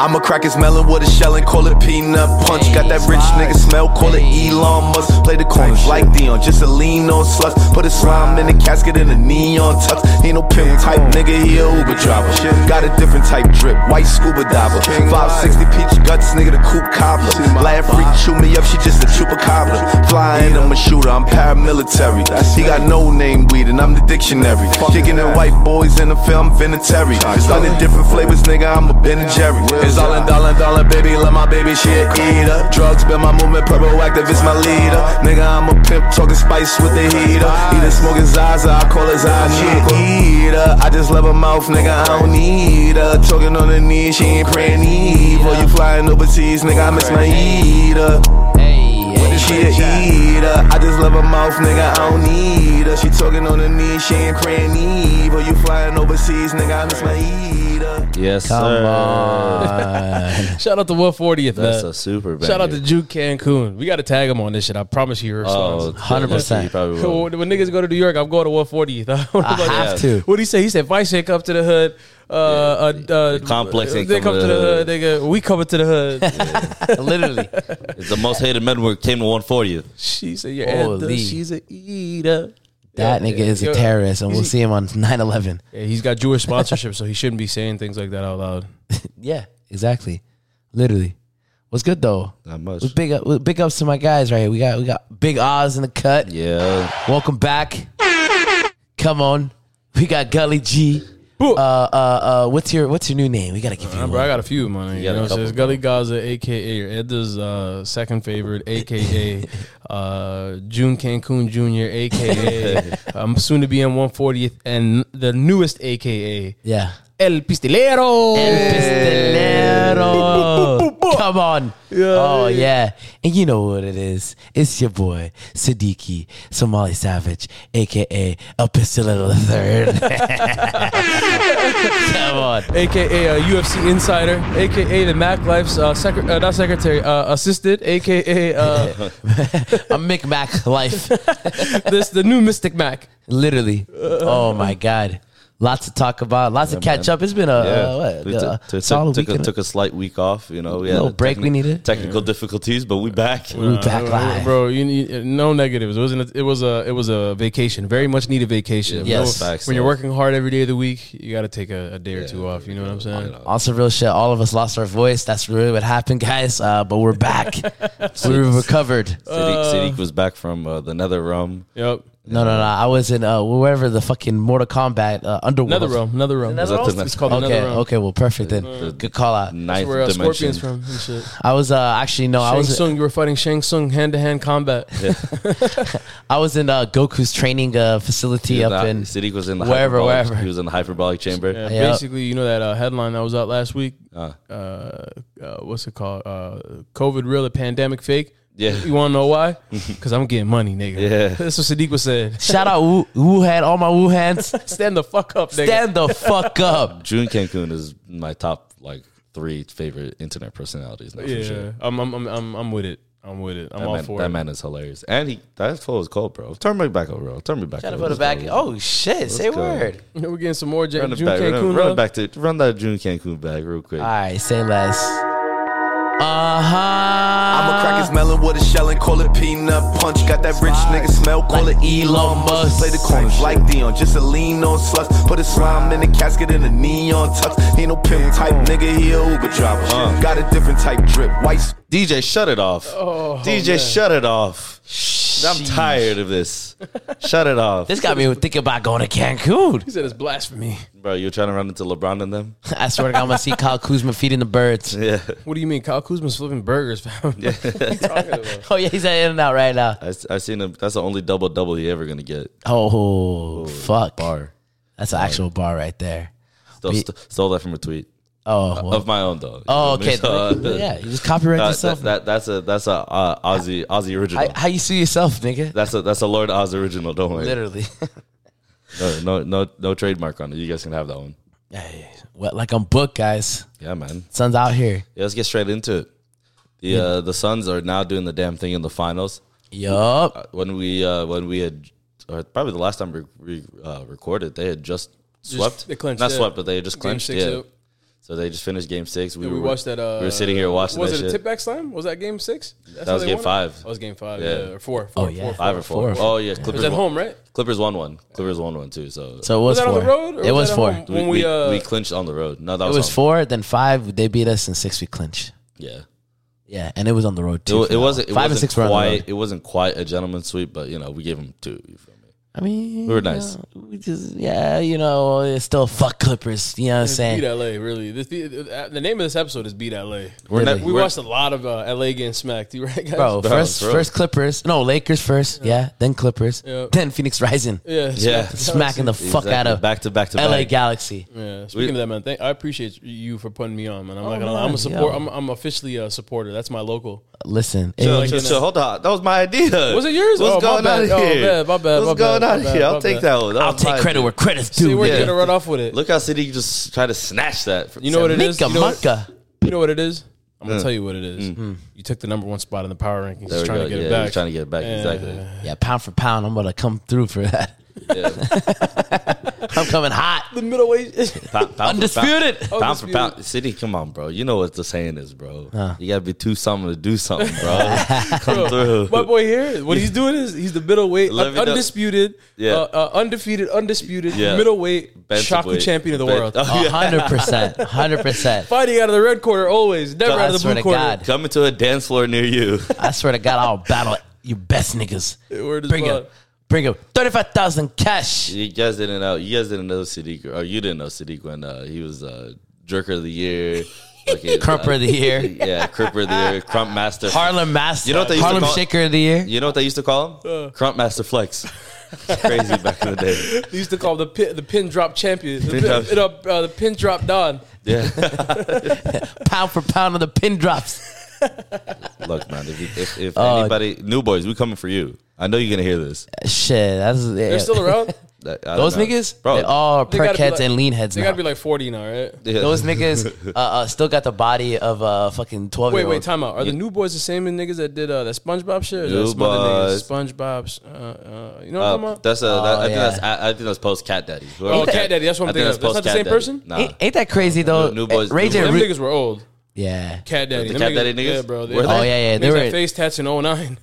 I'ma crack his melon with a shell and call it peanut punch. Got that rich nigga smell, call it Elon Musk. Play the corners like Dion, just a lean on sluts. Put a slime in the casket and a neon tux. Ain't no pimp type nigga, he a Uber driver. Got a different type drip, white scuba diver. 560 peach guts, nigga, the coop cobbler. Laugh freak, chew me up, she just a chupacabra. Fly in, I'm a shooter, I'm paramilitary. He got no name weed and I'm the dictionary. Kicking the white boys in the film, Vinatieri. It's all in different flavors, nigga, I'm a Ben and Jerry. It's all in dollar, dollar, baby, let my baby, she a eater. Drugs been my movement, purple activist, my leader. Nigga, I'm a pimp, talking spice with the heater. Either smoking Zaza, I call her Zaza. Eater, I just love her mouth, nigga, I don't need her. Talking on her knees, she ain't praying evil. You flying overseas, nigga, I miss my eater. She a eater. I just love her mouth, nigga. I don't need her. She talking on her knees, she ain't praying evil. You flying overseas, nigga. I miss my eater. Yes, Come sir. on. Shout out to 140th, That's a man. super. Banger. Shout out to Juke Cancun. We got to tag him on this shit. I promise you, he Oh, responds. 100%. he probably will. When, when niggas go to New York, I'm going to 140th. I don't I know about have that. to. What'd he say? He said, Vice ain't come to the hood. Uh, uh, uh, complex ain't they come to the hood, nigga. We coming to the hood. Literally. It's the most hated men were came to 140th. she said, "Your Holy. anthem. She's a eater." That nigga is a Yo, terrorist, and we'll he's- see him on 9 11. Yeah, he's got Jewish sponsorship, so he shouldn't be saying things like that out loud. Yeah, exactly. Literally. What's good, though? Not much. We Big, up, we- big ups to my guys right here. We got we got Big Oz in the cut. Yeah. Welcome back. Come on. We got Gully G. Uh, Boo. uh, uh, what's your what's your new name? We gotta give you. Nah, one. Uh, bro, I got a few, man. You, got a know, so couple, it's Gully Gaza, aka your Edda's uh, second favorite, aka uh, June Cancun Jr., aka I'm um, soon to be in 140th, and the newest, aka Yeah. El Pistolero. Pistolero. Come on. oh, yeah. And you know what it is. It's your boy, Siddiqui Somali Savage, a.k.a. El Pistolero the Third. Come on. AKA uh, UFC Insider, AKA the Mac Life's uh, secre- uh, not secretary, uh, assistant, AKA uh, A Micmac life. this the new Mystic Mac. Literally. Oh, my God. Lots to talk about. Lots to catch up. It's been a, Yeah. uh, what, We uh, took- took- solid took, a- weekend. took a slight week off. You know, we had Little break we needed. Technical difficulties, but we back. we Uh, back live. Bro, you need no negatives. It wasn't. A, it was a. It was a vacation. Very much needed vacation. Yeah, Yes. No- facts, when you're though. working hard every day of the week, you got to take a, a day or two off. You know what I'm saying? Also, real shit. All of us lost our voice. That's really what happened, guys. Uh, but we're back. we recovered. Sadiq, Sadiq was back from uh, the Nether Realm. Yep. No, no, no. I was in uh, wherever the fucking Mortal Kombat uh, underworld. Another realm. Another realm. Another realm? It's called Okay, another realm. okay. Well, perfect then. Good call out. Ninth That's where uh, dimension. Scorpion's from and shit. I was uh, actually no, I Shang was Tsung, you were fighting Shang Tsung hand to hand combat. I was in uh, Goku's training uh, facility He was up not- in Sadiq was in the wherever, hyperbolic- wherever. He was in the hyperbolic chamber. Yeah, Yeah. Basically, you know that uh, headline that was out last week. Uh. Uh, uh, what's it called? Uh, COVID real, the pandemic fake. Yeah. You want to know why? Because I'm getting money, nigga. Yeah. That's what Sadiq was saying. Shout out Wu- Wuhan, all my Wuhans. Stand the fuck up, nigga. Stand the fuck up. June Cancun is my top like three favorite internet personalities. Now, for Yeah, sure. I'm, I'm, I'm, I'm, I'm with it. I'm with it. I'm That, all man, for that it. man is hilarious. And he that flow is cold, bro. Turn me back over, bro. Turn me back Gotta over. put it Let's back. go. Oh shit! Say go. word. You know, We're getting some more J- Run it June back. Run, Cancun. run love. it back to run that June Cancun back real quick. All right, say less. Uh huh. I'ma crack Uh. his melon with a shell and call it peanut punch. Got that rich nigga smell, call it Elon Musk. Play the corners like Dion, just a lean on sluts. Put a slime in the casket and a neon tux. Ain't no pimp type nigga, he a Uber driver. Uh. Got a different type drip, white. DJ, shut it off. DJ, shut it off. I'm tired of this. shut it off. This got me thinking about going to Cancun. He said it's blasphemy. Bro, you're trying to run into LeBron and them? I swear to God, I'm gonna see Kyle Kuzma feeding the birds. Yeah. What do you mean? Kyle Kuzma's flipping burgers, fam. Oh yeah, he's at In and Out right now. I, I seen him. That's the only double double he ever going to get. Oh fuck, Bar. that's an actual bar right there. Stole, st- stole that from a tweet Oh, well. of my own, though. oh, okay. So, uh, yeah, you just copyright that- yourself. that, that- that's a that's a uh, Aussie Aussie original. how, how you sue yourself, nigga? that's a that's a Lord Oz original. Don't worry. Literally. No, no no no trademark on it. You guys can have that one. hey, wet like I'm booked, guys. Yeah, man. Sun's out here. Yeah, let's get straight into it. The uh, the Suns are now doing the damn thing in the finals. Yup. when we uh, when we had or probably the last time we, we uh, recorded, they had just swept. they clinched, Not yeah. swept, but they had just Game clinched. six. Yeah. up. So they just finished game six. We were- watched that. Uh, we were sitting here watching Was that it shit. a tip back slam? Was that game six? That's That how was they game won it? five. That was game five. Yeah. Yeah, or four. Oh, four, yeah. four, four. Five or four. Four. Oh yeah, It Clippers was at won- home, right? Clippers won one. Clippers won one too. So, So it was, Was that four. on the road? or it was was that at four. home It When we uh, we clinched on the road. No, that was, was on- four, then five. They beat us, and six we clinched. Yeah, Yeah, and it was on the road it, too. wa- it wasn't. It 5 wasn't and six were on the quite. road. It wasn't quite a gentleman's sweep, but you know we gave them two. You feel me? I mean, We you were nice. know, we just yeah, you know, it's still fuck Clippers. You know what I'm beat saying? LA. Really, this beat, uh, the name of this episode is beat LA. We're not, We we're- watched a lot of uh, LA getting smacked. You right, guys? Bro, Bro, first bro. first Clippers, no Lakers first, yeah, then Clippers, Yeah. then Phoenix Rising, Yeah, Yeah. smacked. smacking the fuck exactly. out of back to back to L.A. back. Galaxy. Yeah, speaking of that, man, thank, I appreciate you for putting me on, man. I'm not gonna lie. I'm Oh, man, a support. yeah. I'm, I'm officially a supporter. That's my local. Listen, Chill, it- chill, chill. Hold on, that was my idea. Was it yours? What's Oh, my going bad. on Oh, here? bad, my bad, What's my going bad, on my bad, here? my I'll take bad. that one. That I'll was take my credit idea. where credit's See, due. we're yeah. gonna run off with it. Look how City just try to snatch that. from You know what it Sam. is? Minka You know what- Munka. You know what it is? I'm gonna tell you what it is. You took the number one spot in the power rankings, Mm. There just we trying go. to get yeah, it back. he's trying to get it back. Exactly. Yeah, pound for pound, I'm gonna come through for that. I'm coming hot, the middleweight. Pound- pound for undisputed. Pound, pound for Oh, Undisputed. pound. City, come on, bro. You know what the saying is, bro. You gotta be two something to do something, bro. come through. My boy here, what he's doing is he's the middleweight, Let me know. undisputed, Yeah. uh, uh, undefeated, undisputed Yeah. middleweight Bantamweight. shaku champion of the Ban- world. Oh, yeah. hundred percent, hundred percent. Fighting out of the red corner always, never I out of the swear blue to corner. God, Coming to a dance floor near you. I swear to God, I'll battle you best niggas. Word is Bring bond. up, bring up, thirty-five thousand cash. you guys didn't know. You guys didn't know Sadiq, or you didn't know Sadiq when uh, he was uh, Jerker of the Year, fucking, Crumper of the year, uh, yeah, Crumper of the Year, Crump Master. Harlem Master, You know what they used to Harlem call- Shaker of the year. You know what they used to call him? Crump Master Flex. Crazy back in the day. They used to call him the pin, the pin drop champion, the pin, drop. it up, uh, the pin drop Don. Yeah. Pound for pound on the pin drops. Look, man. If, you- if, if anybody, new boys, we coming for you. I know you're gonna hear this. Shit, that's They're still around. That- I don't Those know. niggas, bro. they all are They perk gotta be heads like- and lean heads They now. gotta be like forty now, right? yeah. Those niggas uh, uh, still got the body of a fucking twelve year Wait, old. wait, time out. Are the new boys the same as niggas that did uh, that SpongeBob shit? Or is New that some other boys. niggas? SpongeBob's. Uh, uh, you know what Uh, I'm talking about? that's a. that- I think yeah. that's. I, I think that's post Cat Daddy. Oh, Cat Daddy, that's what I'm I think thinking of. That's not the post same Cat Daddy. Ain't, ain't that crazy though? Uh, New boys- Ray new J. boys- Them Ru- niggas were old. yeah, Cat Daddy. The Them Cat Daddy niggas? Yeah, bro. Were they? Oh, Oh, yeah, yeah, they Niggas were- had face tats in 09.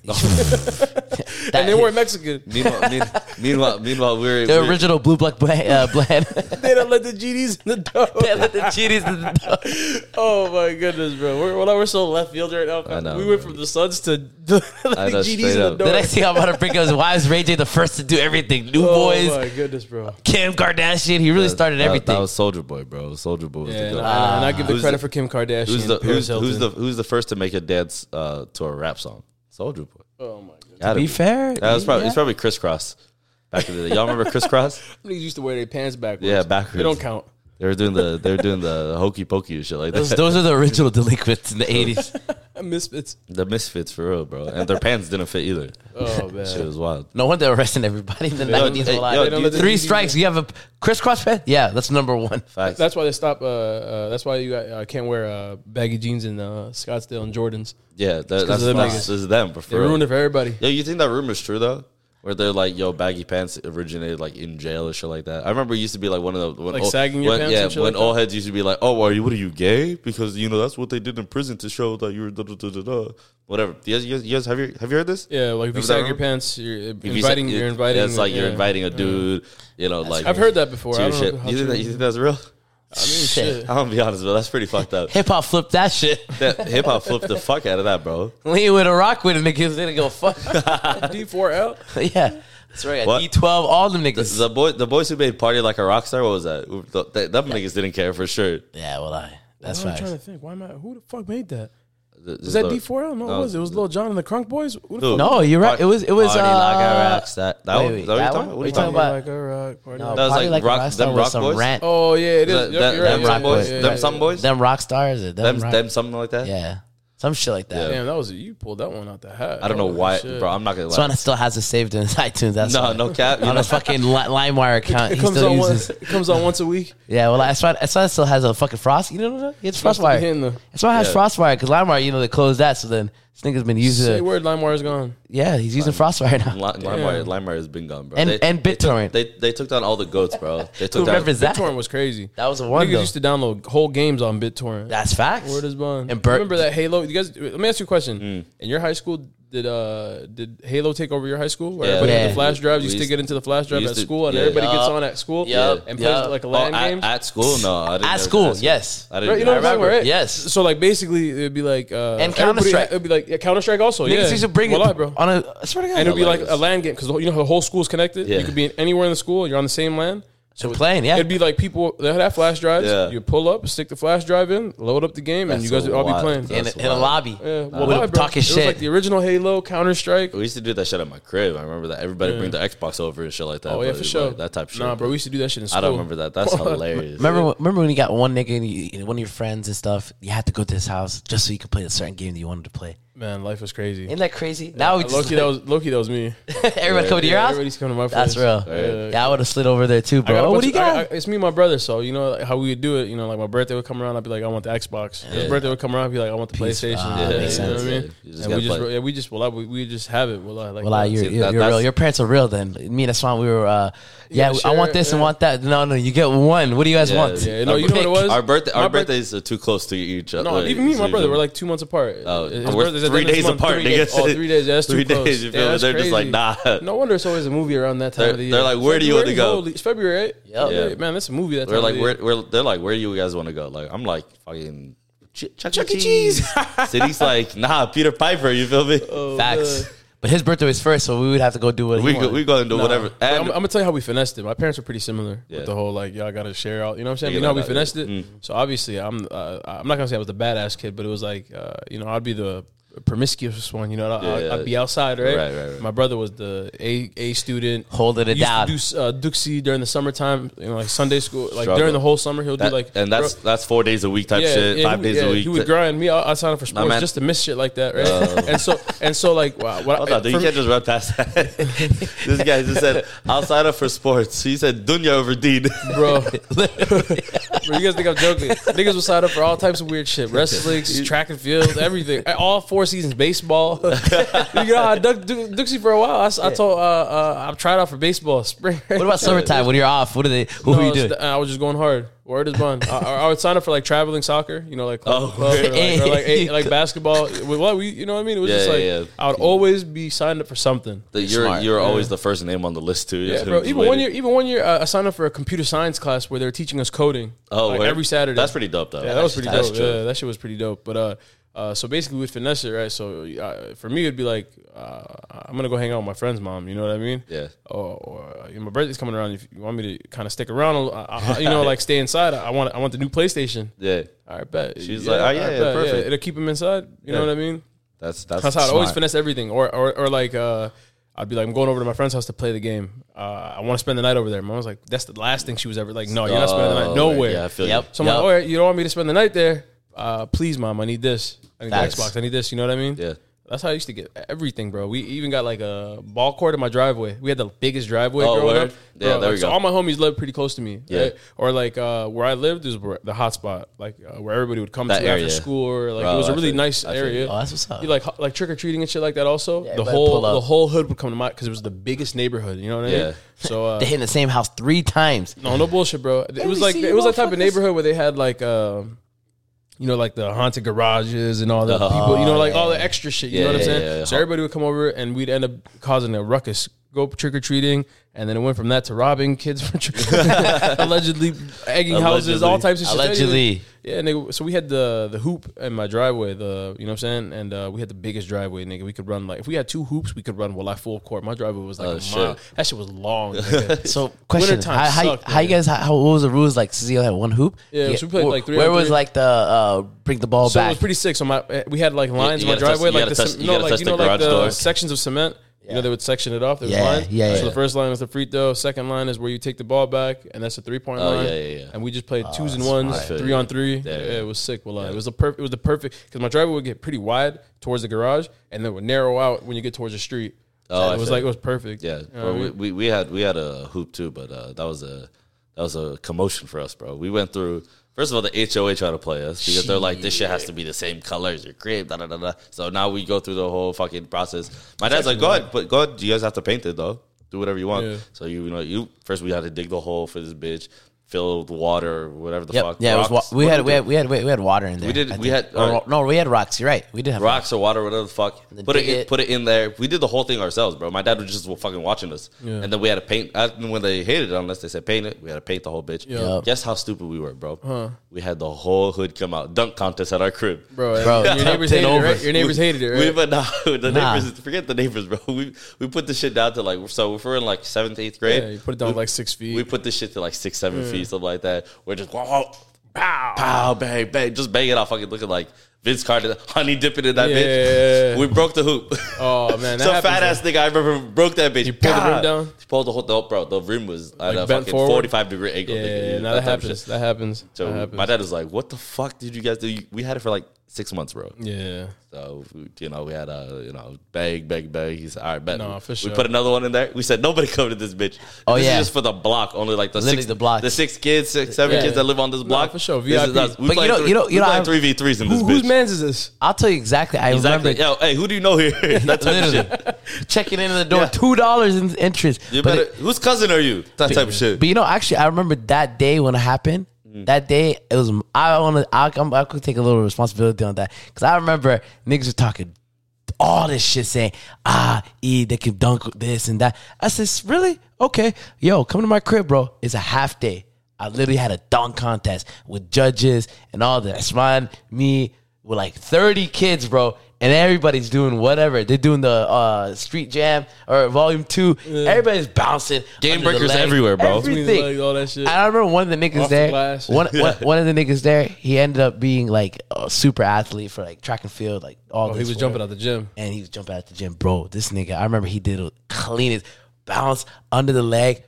That- and they weren't Mexican. Meanwhile, mean, meanwhile, meanwhile, we're, the we're original blue block bland. Uh, bland. they don't let the GDs in the They door. let the cheaties in the door. oh my goodness, bro. We're, well, we're so left field right now. I know, we went bro. from the Suns to the, I know, GDs straight in the up. door. The next thing I'm about to bring up is why is Ray J the first to do everything? New oh Boys, my goodness, bro. Kim Kardashian. He really started that- everything. That, was Soldier Boy, bro. Soldier Boy was Yeah, the and, goat. I, and I give the Who's credit the- for Kim Kardashian. who's the and Paris who's, who's Hilton. the who's the first to make a dance uh, to a rap song? Soldier Boy. Oh my god! to Gotta be fair, That was probably yeah. it's probably crisscross. Back in the day, y'all remember crisscross? Niggas used to wear their pants backwards. Yeah, backwards. They don't count. They were doing the they were doing the hokey pokey and shit like those, that. those are the original delinquents in the '80s. Misfits. The misfits for real, bro, and their pants didn't fit either. Oh Shit man. was wild. No wonder they're arresting everybody in the Yo, 90s. hey, alive. yo, They don't let do you- the- Three strikes. You have a crisscross pad? Yeah, that's number one. Facts. That's why they stop. Uh, uh, that's why you uh, can't wear uh, baggy jeans in uh, Scottsdale and Jordans. Yeah, that, that's, them that's, niggas. this is them. For They ruined real. it for everybody. Yo, you think that rumor's true though? Where they're like, yo, baggy pants originated like in jail or shit like that. I remember it used to be like one of the when Like old- sagging your when- pants Yeah, and shit when like old heads used to be like, oh, are you? What are you gay? Because you know that's what they did in prison to show that you were da da da da da. Whatever. You guys, you guys, you guys have you have you heard this? Yeah, like if you Remember that sag your rumor? pants, you're If you inviting. say- You, are it- inviting. It's like you're yeah. inviting a dude. You know, like I've heard that before. To I your don't shit. know how You think, true that, it you is. think that's real? I mean, shit. I'm gonna be honest, bro. That's pretty fucked up. Hip hop flipped that shit. that hip hop flipped the fuck out of that, bro. Lean with a rock with the niggas. They didn't give a fuck. D4L. yeah. That's right. What? D12, all them niggas. The boy, the boys who made party like a rock star. What was that? That, that niggas didn't care for sure. yeah, well, I. That's I'm trying right. to think. Why am I? Who the fuck made that? Is Was that D4L? No, no, it was. It was Lil John and the Crunk Boys. Who the fuck? No, you're right. It was- it was, Party uh, like a rock star. That wait, one? wait, Is that what that you're one? talking about? What What are you you talking about? about? Like a rock party. No, That was Party like rock- a Rockstar them was rock some boys? rant. Oh yeah, it is. That- Yep, that- you're right, Them yeah, rock yeah, boys. yeah, yeah, Them yeah. some boys. Them rock stars. Or them Them rock- them something like that. yeah. Some shit like that. Damn, that was you pulled that one out the hat. I don't know Holy why, shit. bro. I'm not gonna This one lie. still has it saved in his iTunes. That's No, why. no cap. You on know, his fucking Li- LimeWire account, It he comes still on uses. once. It comes on once a week. Yeah, well, that's why. That's why it still has a fucking frost. You know, no, no, it's Must be frostwire. hitting the- That's why it has Yeah. frostwire because LimeWire, you know, they closed that. So then This nigga's been using. Say word, LimeWire is gone. yeah, he's using Frostfire now. Li- LimeWire, LimeWire has been gone, bro. And- they, and they took- BitTorrent. They, they took down all the goats, bro. They Who took down. remembers that? BitTorrent was crazy. That was a one, Niggas though. used to download whole games on BitTorrent. That's facts. Word is bond. And Bert- Mm. remember that Halo. You guys, let me ask you a question. In your high school, did uh did Halo take over your high school? Where Yeah. everybody had Yeah. the flash drives, We you stick used- it into the flash drive used at to- school, and yeah. everybody gets Yup. on at school Yup. and plays Yup. like a Oh, LAN game. at, at school, no. I didn't At ever- school, yes. I didn't. Right, you know what I'm ever- talking about, right? Yes. So like basically, it'd be like uh, And everybody Counter-Strike. had- It'd be like yeah, Counter Strike also. Niggas yeah, used to bring Wallah, it bro. on a. I swear to God, And it'd be like Hilarious. a LAN game because you know how the whole school's connected. Yeah. You could be in anywhere in the school. You're on the same LAN. so playing. Yeah, It'd be like people that had flash drives. Yeah. You pull up, stick the flash drive in, load up the game, and That's you guys a would all be lot. playing. in, a, That's in a wild. lobby. Yeah, With well, a- why, bro? talking it was shit. like the original Halo, Counter Strike. We used to do that shit at my crib. I remember that everybody bring the Xbox over and shit like that. Oh yeah, but, for sure. like, that type of shit. Nah, bro, we used to do that shit in school. I don't remember that. That's hilarious. Remember, when- remember when you got one nigga and you, one of your friends and stuff. You had to go to his house just so you could play a certain game that you wanted to play. Man, life was crazy. Isn't that crazy? now we just Loki, that was Loki. That was me. everybody come to your Yeah, house. Everybody's coming to my place. That's real. Yeah. Yeah, I would have slid over there too, I got a bro. Oh, what bunch do you of- I- got? I- it's me and my brother, so you know like, how we would do it. You know, like my birthday would come around, I'd be like, I want the Xbox. His Yeah. birthday would come around, I'd be like, I want the PlayStation. Ah, yeah, makes you know what I sense. mean? You just and we gotta just, play. yeah, we just, well, we, we just have it. Well, I, like, Well, uh, that. you're, See, you're, that- you're real. that's- Your parents are real then. Me and Aswan, we were, uh, yeah, gotta I want share, this and yeah. want that. No, no, you get one. What do you guys Yeah, want? yeah, no, you know what it was. Our birthday, My our birth- birthdays are too close to each other. No, even me and my brother, we're like two months apart. Oh, His we're birthday's at the three end of this days month, apart, Three days. nigga. Oh, three days. Yeah, that's too Three close. days, you feel yeah, me? that's They're just like, crazy. nah. No wonder it's always a movie around that time They're- of the year. they're like, where do you wanna February? go? Holy- It's February, right? Yep. Yeah. man, that's a movie. That We're time like, of the year. where, where, they're like, where do you guys want to go? Like, I'm like, fucking Ch- Chuck, Chuck E. E. Cheese. City's like, nah, Peter Piper. You feel me? Oh, Facts. Uh, But his birthday was first, so we would have to go do what we we go, we go into whatever. But And I'm, I'm gonna tell you how we finessed it. My parents were pretty similar Yeah. with the whole like y'all gotta share out. You know what I'm saying? Yeah, you know how we that- finessed it. mm-hmm. So obviously, I'm uh, I'm not gonna say I was the badass kid, but it was like uh, you know I'd be the promiscuous one. You know, I'd, I'd- Yeah, yeah. I'd be outside, right? Right, right, right. My brother was the A A student. holding it He used down. to do uh, Duxie during the summertime, you know, like Sunday school, like Struggle. during the whole summer, he'll that- do like and that's bro- that's four days a week type shit. yeah, Five he, days yeah, a week. He would grind me. I, I signed up for sports man- Uh. just to miss shit like that, right? and so and so like wow, what, Hold on, dude, for you me- can't just run past that. this guy just said outside of for sports. He said Dunya over Dean. bro. bro, you guys think I'm joking? Niggas will sign up for all types of weird shit: wrestling, track and field, everything. All four seasons, baseball. you know, I ducked du- Dixie for a while. I, s- I told uh, uh, I'm tried out for baseball spring. What about summertime when you're off? What are they? Who are you doing? uh, I was just going hard. Word is bond. I, I- I would sign up for like traveling soccer, you know, like club, Oh, club, or, like, or like, okay. like basketball. Well, What we, you know what I mean? It was Yeah, just like yeah, yeah. I would always be signed up for something. That you're Smart. you're always the first name on the list too. Yeah, Just bro. him Even one waiting. year, even one year, uh, I signed up for a computer science class where they were teaching us coding. Oh, like, word? every Saturday. That's pretty dope though. Yeah, that was pretty dope. true. Yeah, that shit was pretty dope. But uh, uh, so basically with finesse it, right? So uh, for me, it'd be like uh, I'm gonna go hang out with my friend's mom. You know what I mean? Yeah. Or, or uh, you know, my birthday's coming around. If you want me to kind of stick around, I, I, you know, like stay inside. I want I want the new PlayStation. Yeah, All right, bet. She's like, oh, yeah, I yeah, bet. perfect. it'll keep him inside. You know Yeah. what I mean? that's that's, That's how I always smart. finesse everything. Or or or like uh I'd be like, I'm going over to my friend's house to play the game. Uh, I want to spend the night over there. Mom was like, that's the last thing she was ever like, no, you're not spending the Oh, night nowhere. Yeah, I feel Yep. So I'm like, all right, you don't want me to spend the night there? Uh, please, mom, I need this. I need Facts. the Xbox. I need this. You know what I mean? you. Yeah. That's how I used to get everything, bro. We even got like a ball court in my driveway. We had the biggest driveway Oh, growing word? up. Yeah, Bro, there like, we So go. all my homies lived pretty close to me. Yeah. right? Or like uh, where I lived is where- the hot spot, like uh, where everybody would come That to area. after school. Or like Bro, it was I a really feel you. nice I feel you. area. Oh, that's what's up. You like ho- like trick or treating and shit like that. Also, the everybody whole pull up. the whole hood would come to my because it was the biggest neighborhood. You know what I mean? Yeah. So uh, They hit in the same house three times. no, no bullshit, bro. It was we like see you it was that type motherfuckers. of neighborhood where they had like, um, you know, like the haunted garages and all the people, you know, like all the extra shit. You know Uh-huh. Yeah, what I'm yeah, saying? yeah, yeah. So everybody would come over and we'd end up causing a ruckus. Go trick or treating, and then it went from that to robbing kids for trick allegedly egging houses, all Allegedly. types of shit. Allegedly. Yeah, nigga. So we had the the hoop in my driveway. The you know what I'm saying, and uh, we had the biggest driveway, nigga. We could run like if we had two hoops, we could run well like full court. My driveway was like Oh, a shit. mile. That shit was long. nigga. So, question: time how, how, sucked, how you man. guys? How, how- what was the rules like? Cecile had one hoop. Yeah, so we played, wh- like, three Where on was three. like the uh, bring the ball So it back? was pretty sick. So my eh, we had like lines you in my gotta touch- driveway, you like gotta the touch- cem- you no, gotta like touch you the know, like garage the door. sections of cement. You know, they would section it off. There's Yeah, lines. yeah, So yeah. the first line is the free throw. Second line is where you take the ball back, and that's a three point line. Oh, yeah, yeah, yeah. And we just played twos and ones, smart. three on three. Yeah, yeah. it was sick. Well, it was a perfect. It was the perfect because my driveway would get pretty wide towards the garage, and then would narrow out when you get towards the street. Oh, So I it was feel like you. it was perfect. Yeah, You know bro, what I we, mean? we we had we had a hoop too, but uh, that was a that was a commotion for us, bro. We went through First of all, the HOA try to play us because they're like, this shit has to be the same color as your crib. Da, da, da, da. So now we go through the whole fucking process. My dad's like, go ahead, but go ahead. You guys have to paint it though. Do whatever you want. Yeah. So you, you know, you first we had to dig the hole for this bitch, fill with water, or whatever the Yep. fuck. yeah, it was Rocks. wa- we, What had, did we do? had we had we had water in there. did- I we think. had- Or- all right. no, we had rocks. You're right. We did have rocks or water, whatever the fuck. then Put it, dig in- it. put it in there. We did the whole thing ourselves, bro. My dad was just fucking watching us, and then we had to paint. I, when they hated it, unless they said paint it, we had to paint the whole bitch. Yup. Guess how stupid we were, bro. We had the whole hood come out dunk contest at our crib. bro. Bro, Oh, your neighbors hated it, right? Your neighbors we, hated it, We, right? but nah, the Nah. neighbors forget the neighbors, bro. We we put this shit down to like so if we're in like seventh, eighth grade. yeah, you put it down we- like six feet. we put this shit to like six, seven feet, something like that. We're just wow, pow, pow, bang, bang, just bang it off, fucking looking like Vince Carter, honey dipping in that Yeah. bitch. We broke the hoop. Oh, man, that some happens, fat ass nigga I remember broke that bitch. He pulled the rim down? He pulled the whole, the, bro. The rim was at a Like, bent fucking forward? forty-five degree angle. yeah, nigga, yeah, dude, no, that that type of happens. shit. That happens. that So happens. my dad was like, "What the fuck did you guys do?" We had it for like six months, bro. yeah, So you know, we had a you know bag, bag, bag. He said, "All right, bet." Nah, for we sure. put another one in there. We said nobody come to this bitch. Oh, this yeah. is just for the block. Only like the Literally six, the block. the six kids, six, seven Yeah. kids that live on this block. for sure, This is VIP. us. We But you playing know- you three- know- you we know, playing I've- three v threes in this Who, bitch. whose man's is this? I'll tell you exactly. I Exactly. remember Yo, hey, who do you know here? that type of literally shit. checking in the door, Yeah. two dollars in interest. You But better. it- whose cousin are you? That type of shit. But you know, actually, I remember that day when it happened. Mm. That day, it was I want to. I I'm- I could take a little responsibility on that because I remember niggas were talking all this shit, saying ah, e they can dunk this and that. I says really okay, yo, come to my crib, bro. It's a half day. I literally had a dunk contest with judges and all that. Sman, me, with like 30 kids, bro. And everybody's doing whatever. They're doing the uh, street jam or volume two. Everybody's bouncing. Game under the breakers leg. everywhere, bro. Everything. Between the legs, all that shit. And I remember one of the niggas Off the there. glass. one, one, one of the niggas there, he ended up being like a super athlete for like track and field, like all. Oh, he this was whatever. jumping out the gym. and he was jumping out the gym, bro. This nigga, I remember he did a cleanest bounce under the leg,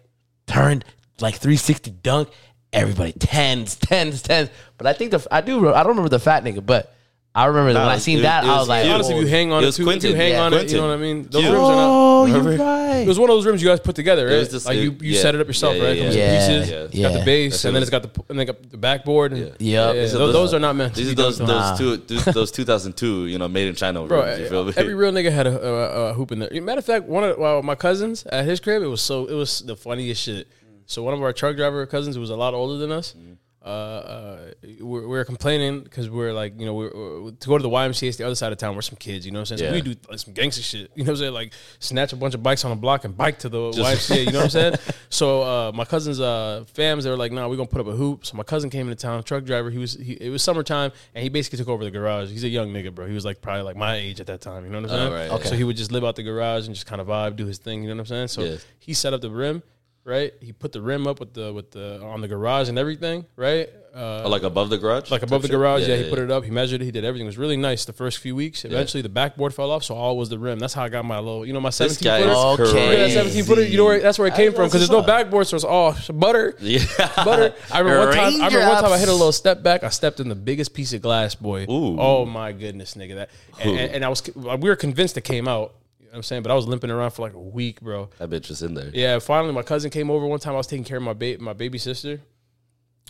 turned like 360 dunk. Everybody tens, tens, tens. But I think the I do I don't remember the fat nigga, but I remember when I seen it- that it I was was like, cute. Honestly, if you hang on It it, was too, if you Quinton. hang Yeah, on it, you know what I Quinton. mean? Those Cute. rims are not. oh, you're Remember? right. It was one of those rims you guys put together, right? was this- like you, it- you yeah. set it up yourself, Yeah, right? yeah, It comes yeah. with Yeah. pieces. Yeah. It's got Yeah. the base, That's and what then it it's got the p- and then got the backboard. and- Yeah. yeah, These are Those, those- those are not meant. to These be are those dunked on. those two those, those 2002 you know made in China Bro, versions, you feel me? every real nigga had a, a, a hoop in there. Matter of fact, one of well, my cousins at his crib, it was so it was the funniest shit. So one of our truck driver cousins who was a lot older than us, Mm-hmm. uh, uh, we we're, we were complaining because we are like you know we we're, to go to the YMCA, it's the other side of town. We're some kids, you know what I'm saying? So Yeah. we do like, some gangster shit, you know what I'm saying? Like snatch a bunch of bikes on a block and bike to the YMCA, you know what I'm saying? So uh, my cousin's uh, fams, they were like, nah, we're gonna put up a hoop. So my cousin came into town, truck driver. He was he, it was summertime, and he basically took over the garage. He's a young nigga, bro. He was like probably like my age at that time, you know what I'm saying? Oh, right, Okay. So he would just live out the garage and just kind of vibe, do his thing, you know what I'm saying? So Yeah. he set up the rim, right? He put the rim up with the with the on the garage and everything, right? Uh, Oh, like above the garage, like above the Type shit? garage. Yeah, he put it up. He measured it. He did everything. It was really nice the first few weeks. Eventually, the backboard fell off, so all was the rim. That's how I got my little, you know, my This seventeen guy footer. Oh, is Okay. Yeah, that crazy. 17 footer. You know where that's where it came from because there's no what's backboard, so it's all butter. Yeah. Butter. I remember one time. I remember one time I Raindrops. hit a little step back. I stepped in the biggest piece of glass, boy. Ooh. Oh my goodness, nigga! That and, and, and I was we were convinced it came out. You know what I'm saying, but I was limping around for like a week, bro. That bitch was in there. Yeah, finally, my cousin came over one time. I was taking care of my ba- my baby sister.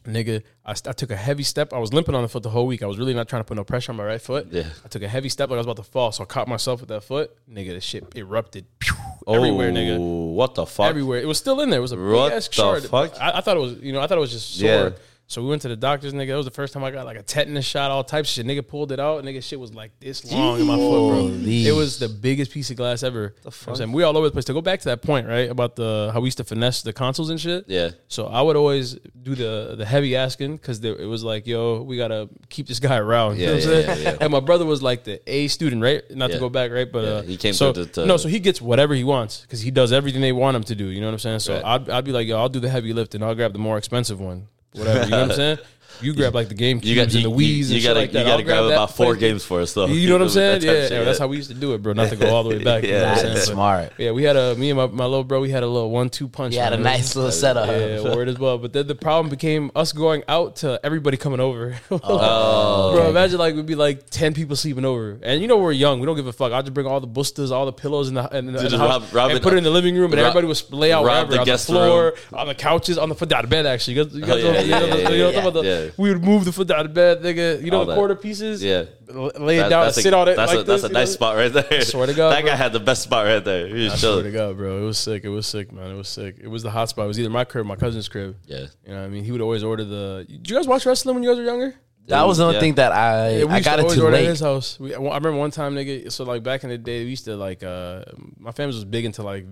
Nigga, I, st- I took a heavy step. I was limping on the foot the whole week. I was really not trying to put no pressure on my right foot. Yeah. I took a heavy step like I was about to fall, so I caught myself with that foot. Nigga, the shit erupted Pew, everywhere, Oh, nigga. What the fuck? Everywhere. It was still in there. It was a What big ass the shard. fuck? I, I thought it was, you know, I thought it was just sore. Yeah. So we went to the doctor's, nigga. That was the first time I got like a tetanus shot, all types of shit. Nigga pulled it out, nigga. Shit was like this long in my foot, bro. Holy. It was the biggest piece of glass ever. You know what I'm saying? we all over the place. To go back to that point, right, about the how we used to finesse the consoles and shit. Yeah. So I would always do the the heavy asking because it was like, yo, we gotta keep this guy around. You know what Yeah, I'm yeah, saying? yeah, yeah. And my brother was like the A student, right? Not Yeah. to go back, right? But Yeah, uh, he came so, to- to- no, so he gets whatever he wants because he does everything they want him to do. You know what I'm saying? So Right. I'd, I'd be like, yo, I'll do the heavy lift and I'll grab the more expensive one, whatever. You know what I'm saying? You grab like the GameCubes You got and the you, Wii's you, and shit gotta, like that. you gotta I'll grab grab that about four play- games for us though. You know what I'm saying? That Yeah, type shit, yeah, that's how we used to do it, bro. Not to go all the way back. you know what I'm That's saying? But- smart. yeah, we had a me and my, my little bro. We had a little one-two punch. He had a man. nice little setup. Yeah, word as well. But then the problem became us going out to everybody coming over. Oh. Bro, imagine like we'd be like ten people sleeping over, and you know we're young. We don't give a fuck. I just bring all the bustas, all the pillows, and the, and, the, and, the just house, rob- rob and it put it in up. the living room, and Rob- everybody was lay out rob wherever the on the guest floor, on the couches, on the foot, the bed. Actually, you guys, you guys know- yeah, you know- yeah, you know yeah, what I'm talking yeah, Yeah. We would move the foot out of bed, nigga. You know All the that. quarter pieces? Yeah. L- lay it That- down and that's a- sit on it. That's like a, this, that's a you know? nice spot right there. Swear to God, that bro. guy had the best spot right there. He was I swear to chilling. God, bro. It was sick. It was sick, man. It was sick. It was the hot spot. It was either my crib, or my cousin's crib. Yeah. You know what I mean? He would always order the. Did you guys watch wrestling when you guys were younger? That was the only Yeah. thing that I Yeah, we I used to got it always too order at late. his house. We, I remember one time, nigga. So like back in the day, we used to like uh, my family was big into like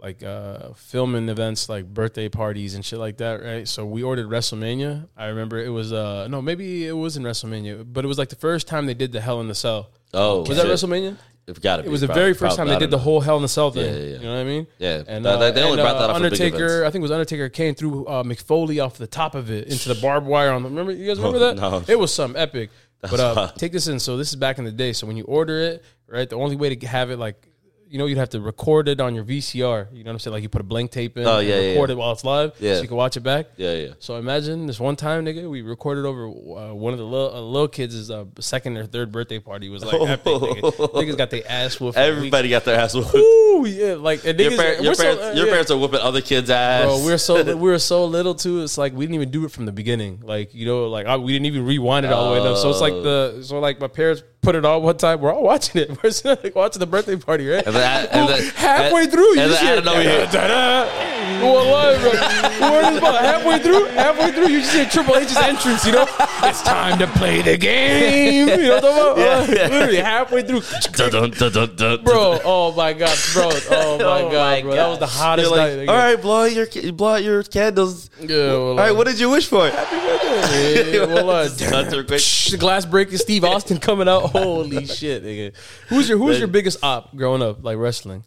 like uh, filming events, like birthday parties and shit like that, right? So we ordered WrestleMania. I remember it was uh no, maybe it wasn't WrestleMania, but it was like the first time they did the Hell in the Cell. Oh, Was that shit. WrestleMania? It's gotta be. It was the probably- very first time probably, they I did don't the whole Hell in the Cell thing. Yeah, yeah, yeah. You know what I mean? Yeah. And That- uh, that- they only and, brought that uh, up for big Undertaker, events. I think it was Undertaker came through uh, McFoley off the top of it into the barbed wire. On the, remember you guys remember Oh, that? no. It was some epic. but uh, wild. take this in. So this is back in the day. So when you order it, right, the only way to have it like. You know, you'd have to record it on your VCR. You know what I'm saying? Like you put a blank tape in, Oh, and yeah, yeah, record yeah. it while it's live, Yeah. so you can watch it back. Yeah, yeah. So imagine this one time, nigga, we recorded over uh, one of the little, uh, little kids' uh, second or third birthday party was like epic. Nigga. Niggas got their ass whooped. for weeks. Everybody got their ass whooped. Ooh, yeah, like and niggas, Your, par- your, we're so- parents, uh, your yeah. parents are whooping other kids' ass. Bro, we're so we were so little too. It's like we didn't even do it from the beginning. Like you know, like I, we didn't even rewind it all the way up. So it's Oh. like the so like my parents put it on one time. We're all watching it. We're sitting, like watching the birthday party, right? And then- and then- halfway and- through, you and just then hear, out of nowhere, you hear- "Da-da-da." Wallah, bro. Word is bond. halfway through, halfway through, you just hear Triple H's entrance. You know, it's time to play the game. You know what I'm talking about? Uh, Yeah. Literally halfway through, Dun, dun, dun, dun, dun, bro. Oh my god, bro. Oh my god, bro. That was the hottest You're like, night. nigga. all right, blow out your ca- blow out your candles. Yeah, well, All right, what did you wish for? yeah, well, uh, That's a quick- the glass breaking Steve Austin coming out. Holy shit, nigga. Who's your Who's your biggest op growing up, like wrestling?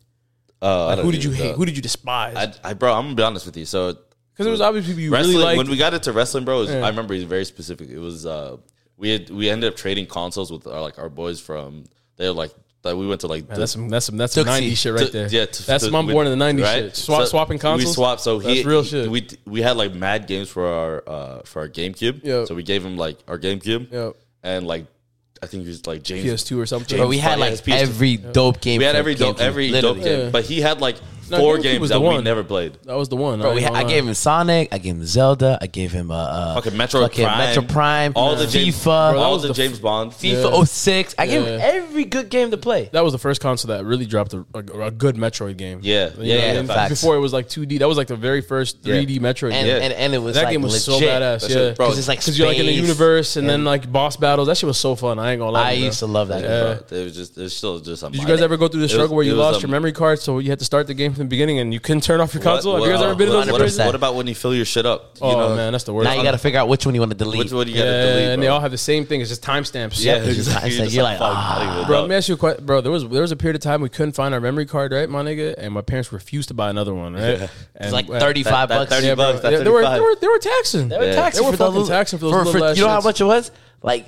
Oh, I don't Who did you even hate? know. Who did you despise? I, I, bro, I'm gonna be honest with you. So Because there was obviously people you wrestling. really liked. when we got into wrestling, bro, it was, I remember it was very specific. It was uh, we had we ended up trading consoles with our, like our boys from they were like that. We went to like Man, that's some that's some that's some Tootsie. '90s shit right to- there. Yeah, to- that's to- mom we- born in the '90s right? shit. Swap, So swapping consoles. We swapped. So he, that's real shit. We we had like mad games for our uh, for our GameCube. Yep. So we gave him like our GameCube. Yep. And like I think he was like James. PS2 or something. Bro, we had Yeah, like it's PS2. every dope game. we had from every dope, GameCube, every literally. dope game, Yeah. but he had like No, GameCube four was games the that we one. never played. that was the one. Bro, we ain't had, I gonna gave lie. him Sonic. I gave him Zelda. I gave him uh, uh Fucking Metro Prime, Metro Prime, all the James, FIFA, Bro, that all was the, the James Bond. FIFA 06. I gave him Yeah. every good game to play. That was the first console that really dropped a, a, a good Metroid game. You Yeah, yeah, know what I yeah, mean? facts. Before it was like 2D. That was like the very first 3D Metroid And, game. Yeah. and and it was that like game was legit. so badass. That shit- yeah, bro, Mm. Because it's like because you're like in the space. universe and then like boss battles. That shit was so fun. I ain't gonna lie. I bro. used to love that. game. Bro, it was just, it was still just. Did you guys ever go through the It was- struggle where it you was, lost um, your memory card, so you had to start the game from the beginning and you couldn't turn off your console? Have you guys ever been in those what, what, situations? what about when you fill your shit up? Oh you know, man, that's the worst. Now you got to figure out which one you want to delete. which one you yeah, gotta delete? and bro? they all have the same thing. It's just timestamps. Yeah, Yep. exactly. You're You're like, like, "Fuck, I don't even Bro, know." let me ask you a question, bro. There was there was a period of time we couldn't find our memory card, right, my nigga? And my parents refused to buy another one, right? it's And- like uh, 35 that- that bucks. 30 Yeah, bro. bucks, that They, they were, they 35. were they were taxing. They were taxing They for were those fucking little- taxing for those for- little for- ass You know how shits. much it was? Like,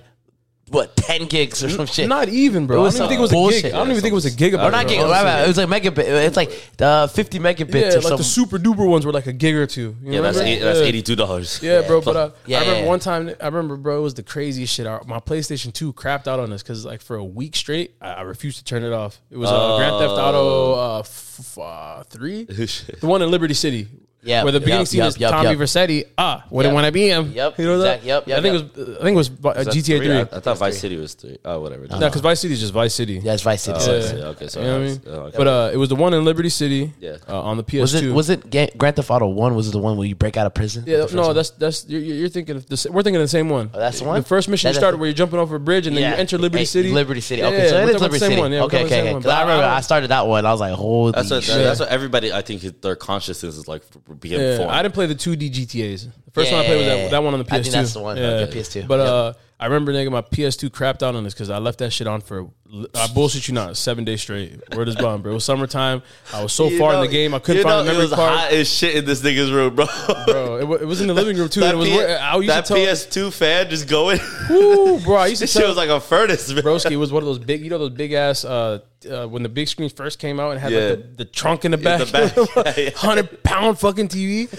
what, 10 gigs or some shit? Not even, bro. It I was don't even think it was some a bullshit. gig. I don't even think it was a gigabit. Or not bro. gig. Honestly. It was like megabit. It's like uh, 50 megabits Yeah, or like something. the super duper ones were like a gig or two. You Yeah, that's remember? eight, that's Yeah. eighty two dollars. Yeah, bro. But uh, Yeah, I remember yeah. one time. I remember, bro. It was the craziest shit. Our, my PlayStation Two crapped out on us because, like, for a week straight, I, I refused to turn it off. It was uh, Grand Theft Auto Oh. uh, f- f- uh, Three, the one in Liberty City. Yeah. where the Yup, beginning scene yup, is yup, Tommy yup. Vercetti. Ah, wouldn't Yup. want to be him. Yup, you know that. exact, yup, yup, I think yup. it was. I think it was uh, GTA Three. I, I thought Vice City was three. Oh, whatever. no, because Vice City is just Vice City. Yeah, it's Vice City. Oh, I so- see. Okay, so You know what I that's- mean? oh, okay. But uh, it was the one in Liberty City. Yeah. uh, on the PS2. Was it was it Ga- Grand Theft Auto One? Was it the one where you break out of prison? Yeah, no, that's that's you're, you're you're thinking of the, sa- we're thinking of the same one. Oh, that's the one? The first mission That- you started where you're jumping over a bridge and then Yeah. you enter Liberty Hey, City. Liberty City. Yeah, Okay, yeah, so we're it talking is about Liberty the same City. one. Yeah, we're okay, talking about okay, the same okay. one. 'Cause But I remember don't- I, started that one. I was like, holy That's what, shit. that's what everybody. I think their consciousness is like being Yeah, formed. I didn't play the 2D GTAs. The first one I played was Yeah. that, that one on the PS2. I think that's the one, Yeah. okay, PS2. But Yep. uh, I remember nigga, my PS2 crapped out on this because I left that shit on for I bullshit you not seven days straight. Word is bomb, bro. It was summertime. I was so You far in know- the game I you couldn't know find a memory It was card. hot as shit in this nigga's room, bro. Bro, it, wa- it was in the living room too. that and it was P- where- I used that to tell, PS2 fan just going. Ooh, bro, I used to this shit tell was like a furnace, man. Broski was one of those big, you know, those big ass. Uh, uh, when the big screens first came out and had Yeah. like the, the trunk in the back, back, yeah, yeah. hundred pound fucking TV,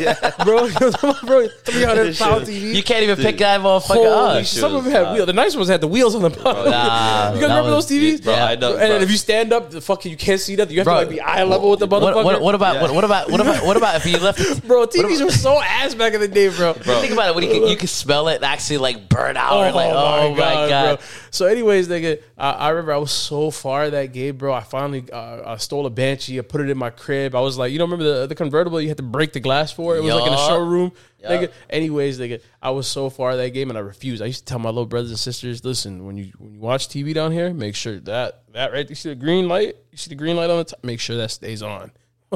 bro, bro, three hundred Shit. pound TV. You can't even pick that motherfucker Holy up. shit, shit some of was it them had wheels. The nice ones had the wheels on the bottom. Nah, that you gotta remember was- those TVs? Bro, I know, and then bro. if you stand up, the fucking you can't see nothing. You have Bro, to like be eye level with the motherfucker. What, what, what about what, what about what about what about if you left? it- bro, TVs were so ass back in the day, bro. Think about it. When you can, you can smell it, and actually like burn out. Oh, or like, oh my god. bro. So, anyways, nigga, I, I remember I was so far that game, bro. I finally uh, I stole a banshee. I put it in my crib. I was like, you don't remember the, the convertible? You had to break the glass for. It was like in a Yup. showroom, nigga. Yup. Anyways, nigga, I was so far that game, and I refused. I used to tell my little brothers and sisters, listen, when you when you watch TV down here, make sure that that right, you see the green light, you see the green light on the top, make sure that stays on.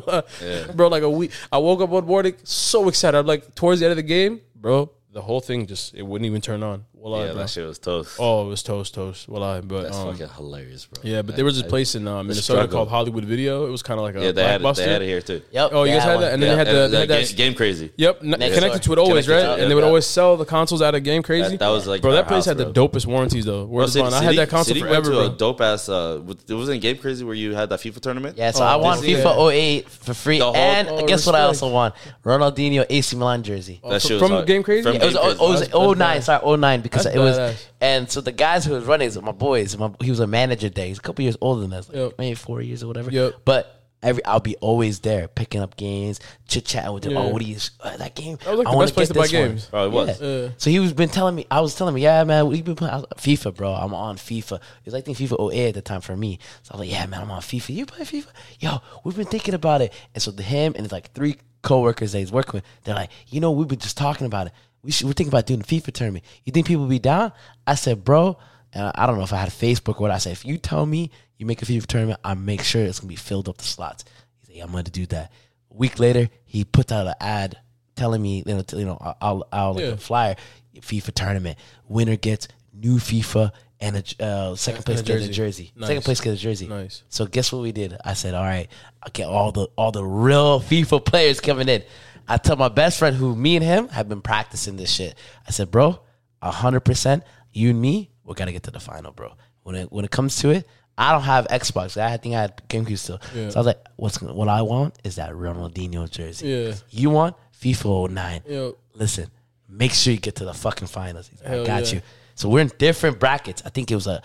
Bro, like a week, I woke up one morning so excited. I'm like, towards the end of the game, bro, the whole thing just it wouldn't even turn on. Wallah, Yeah, bro. that shit was toast. Oh, it was toast, toast. Well, I but That's um, fucking hilarious, bro. yeah, but there was this place in uh, Minnesota struggle. called Hollywood Video. It was kind of like a yeah, they had, it, blockbuster. they had it here too. Yep. Oh, you guys that had one. that, and then Yeah, they had the they had game, that. game crazy. Yep, n- Next connected to door. it always, Connected right? to it, and they would yeah. always sell the consoles out of Game Crazy. That- that was like bro, that our place had house, the bro. dopest warranties though. Where Bro, is City- it gone? I had City- that console City forever, went to a bro. dope ass. Uh, with- it wasn't Game Crazy where you had that FIFA tournament. Oh, Yeah, so I won Disney. FIFA 08 for free, The whole- and Oh, guess what? I respect. also won Ronaldinho AC Milan jersey. That shit was From hard. Game Crazy? From Yeah, It was, Game it was Crazy. 09, sorry, 09, because That's it was, badass. and so the guys who was running is my boys. My, he was a manager there. He's a couple years older than us, like Yep. maybe four years or whatever. Yep. But every I'll be always there picking up games, chit chatting with them. Yeah. Oh, what do you, uh, that game? was like I the wanna best place get to buy this one. games. Bro, it was. Yeah. So he was been telling me, I was telling him, yeah, man, we've been playing I was like, FIFA, bro. I'm on FIFA. It was, I think, FIFA 08 at the time for me. So I was like, yeah, man, I'm on FIFA. You play FIFA? Yo, we've been thinking about it. And so the him and it's like three coworkers that he's working with, they're like, you know, we've been just talking about it. We should, we're thinking about doing a FIFA tournament. You think people be down? I said, bro, and I- I don't know if I had Facebook or what. I said, if you tell me you make a FIFA tournament, I make sure it's going to be filled up the slots. He's like, yeah, I'm going to do that. week later, he puts out an ad telling me, you know, t- you know, I- I'll, I'll like Yeah. a flyer, FIFA tournament. Winner gets new FIFA and a j- uh, second place a gets a jersey. jersey. Nice. Second place gets a jersey. Nice. So guess what we did? I said, all right, I get all the all the real FIFA players coming in. I tell my best friend who me and him have been practicing this shit. I said, bro, hundred percent, you and me, we're gonna get to the final, bro. When it when it comes to it, I don't have Xbox. I think I had GameCube still. So I was like, what's gonna- what I want is that Ronaldinho jersey. Yeah. You want FIFA 09. Yeah. Listen, make sure you get to the fucking finals. He's like, Hell I got yeah. you. So we're in different brackets. I think it was a,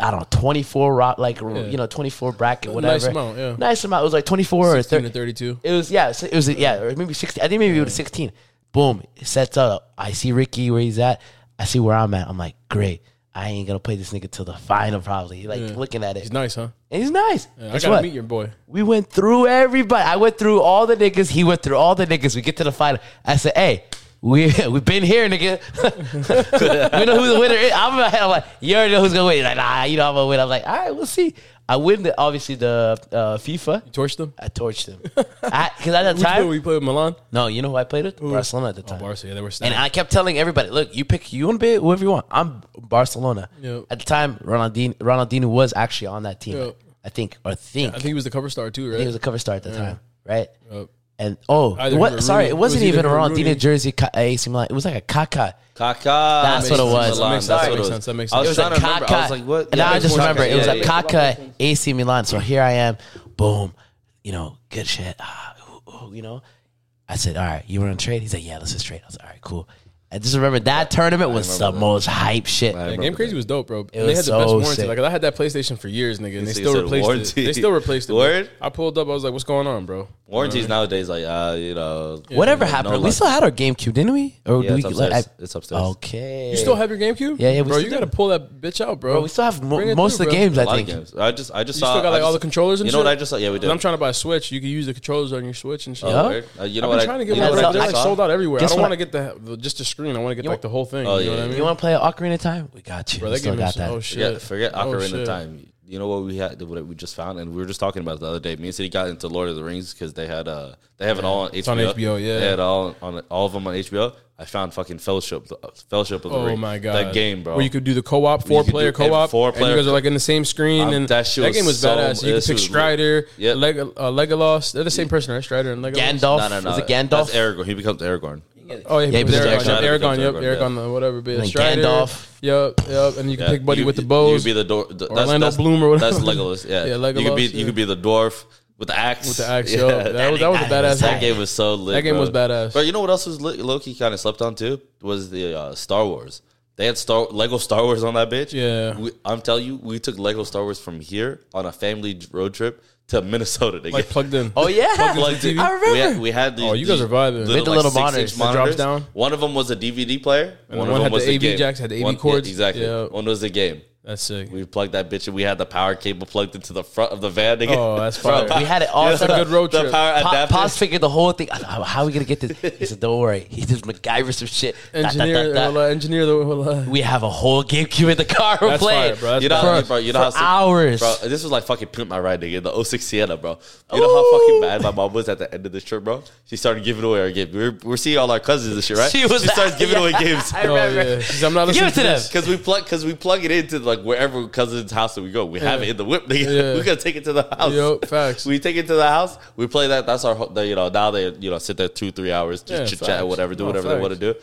I don't know, 24 rock, like, you know, 24 bracket, whatever. amount, yeah. Nice amount. It was like 24 or 16 30. to 32. It was, yeah, so it was, yeah, or maybe 16. I think maybe it was 16. Boom, it sets up. I see Ricky where he's at. I see where I'm at. I'm like, great. I ain't gonna play this nigga till the final, probably. Like looking at it, He's nice, huh? and he's nice. I Guess gotta what? meet your boy. We went through everybody. I went through all the niggas. He went through all the niggas. We get to the final. I said, hey, we we been here, nigga. we know who the winner is. I'm, ahead. I'm like, you already know who's gonna win. He's like, nah, you know I'm gonna win. I'm like, all right, we'll see. I win the obviously the uh, FIFA. Torch them. I torched him because at that Which player time, were you playing with Milan? no, you know who I played with? Barcelona at the Oh, time. Barca. Yeah, they were And stacked. I kept telling everybody, look, you pick you want to be whoever you want. I'm Barcelona. Yep. At the time, Ronaldinho, Ronaldinho was actually on that team, Yep. I think, or think. I think he was the cover star I too, think it right? was a cover star at the time, right? Yep. And oh, Either what? him or sorry, Rooney. it wasn't It was even either a him or Rooney. Ronaldinho jersey. Ka- AC Milan. It was like a Kaká. Kaka. That's what it was. Milan, Makes sense. that's That what makes it sense. That makes I It was was a trying to remember. Kaká. I was like, what? And Yeah, now I that just makes more remember it sense. was Yeah, a yeah, yeah. Kaká AC Milan. So here I am, boom. You know, good shit. Ah, ooh, ooh, you know, I said, all right, you want to trade? He's like, yeah, let's just trade. I was like, all right, cool. I just remember that tournament was the most hype shit. Yeah, Game Crazy was dope, bro. they was had the so best warranty. sick. Like I had that PlayStation for years, nigga, and they said still said replaced warranty. it. They still replaced it. bro. Word? I pulled up. I was like, "What's going on, bro?" Warranties Uh-huh. nowadays, like, uh, you know. Whatever no happened, we luck. still had our GameCube, didn't we? Or Yeah, we it's upstairs. like, I- it's upstairs. okay. You still have your GameCube? Yeah, yeah, we Bro, still you do. gotta pull that bitch out, bro. Bro, we still have mo- Bring it most through, of the bro. games. A lot I of think. games. I just, I just You saw. still got I like all the just- controllers and You shit. know what I just saw? Yeah, we Because I'm did. trying to buy a Switch. You can use the controllers on your Switch and shit. Yeah. Word. Uh, You know I've been what? trying I- to get you know one. what I They're like saw? sold out everywhere. I Guess don't what want to get the the- just the screen. I want to get like the whole thing. Oh, you know yeah, what I yeah. mean? You want to play Ocarina of Time? We got you. Bro, we that still game got is- that. oh shit! Yeah, forget Oh, Ocarina shit. of Time. You know what we had? What we just found, and we were just talking about it the other day. Me and City got into Lord of the Rings because they had uh they have it all on HBO. on HBO, yeah. they had all on all of them on HBO. I found fucking Fellowship, the- Fellowship of the Oh Ring. my god, that game, bro. Where you could do the co-op, four player do every- co-op, four And player you guys are like in the same screen, Um, and that shit was game was so- badass. You this could pick was lit. Strider, Yeah. Leg, uh, Legolas. They're the same person, right? Strider and Legolas. Gandalf. no, no, no. Was it Gandalf? That's Aragorn. He becomes Aragorn. Oh yeah, Yeah, he was because Aragorn. Aragorn- Aragorn, Aragorn, yep, yeah. Aragorn, uh, whatever. But yeah, then Strider, Gandalf. Yep, yep. And you can Yeah, pick Buddy you- with the you- bows. You could be the door. th- That's, Orlando that's, Bloom or That's whatever. Legolas. Yeah, Yeah, You could be Legolas, you could yeah. be the dwarf with the axe. with the axe. Yo, that was that was a That badass. was That act. game was so lit. That game bro. was badass. But you know what else was low key kind of slept on too was the uh, Star Wars. They had Star Lego Star Wars on that bitch. Yeah. we, I'm telling you, we took Lego Star Wars from here on a family road trip to Minnesota to Like get plugged in. Oh yeah, plugged in. I remember. We had, we had these, Oh, you guys these are vibing. Little, Made the like, little monitors six-inch that drops monitors. down. One of them was a DVD player. And one one of them had was the a AV game. jacks, had the AV One- yeah, cords. exactly. Yeah. One was a game. That's sick. We plugged that bitch and we had the power cable plugged into the front of the van. Nigga. Oh, that's Bro, fire. We had it all yeah, set the- up. good road The trip. power Pa- adapter. Pops figured the whole thing. I thought, How, how are we gonna get this? He said, "Don't worry." He just MacGyver some shit. Da, da, da, Engineer, da. uh, engineer the uh, We have a whole GameCube in the car. We're That's playing. fire, bro. That's you know, fire. how, bro, you know for how sick- hours. Bro, this was like fucking pimp my ride, nigga. The 06 Sienna, bro. You know how fucking mad my mom was at the end of this trip, bro. She started giving away our gift. We We're, we're seeing all our cousins and shit, right? She was starts giving away yeah, games. I Oh, remember. yeah. She's, "I'm not Give listening it to to them. this." Cause we plug, cause we plug it into like wherever cousin's house that we go, we have it in the whip. Nigga. Yeah. We're gonna take it to the house. Yup, facts. We take it to the house. We play that. That's our. ho- The, you know now they you know sit there two three hours just Yeah, chit chat facts. whatever do No, whatever they facts. want to do.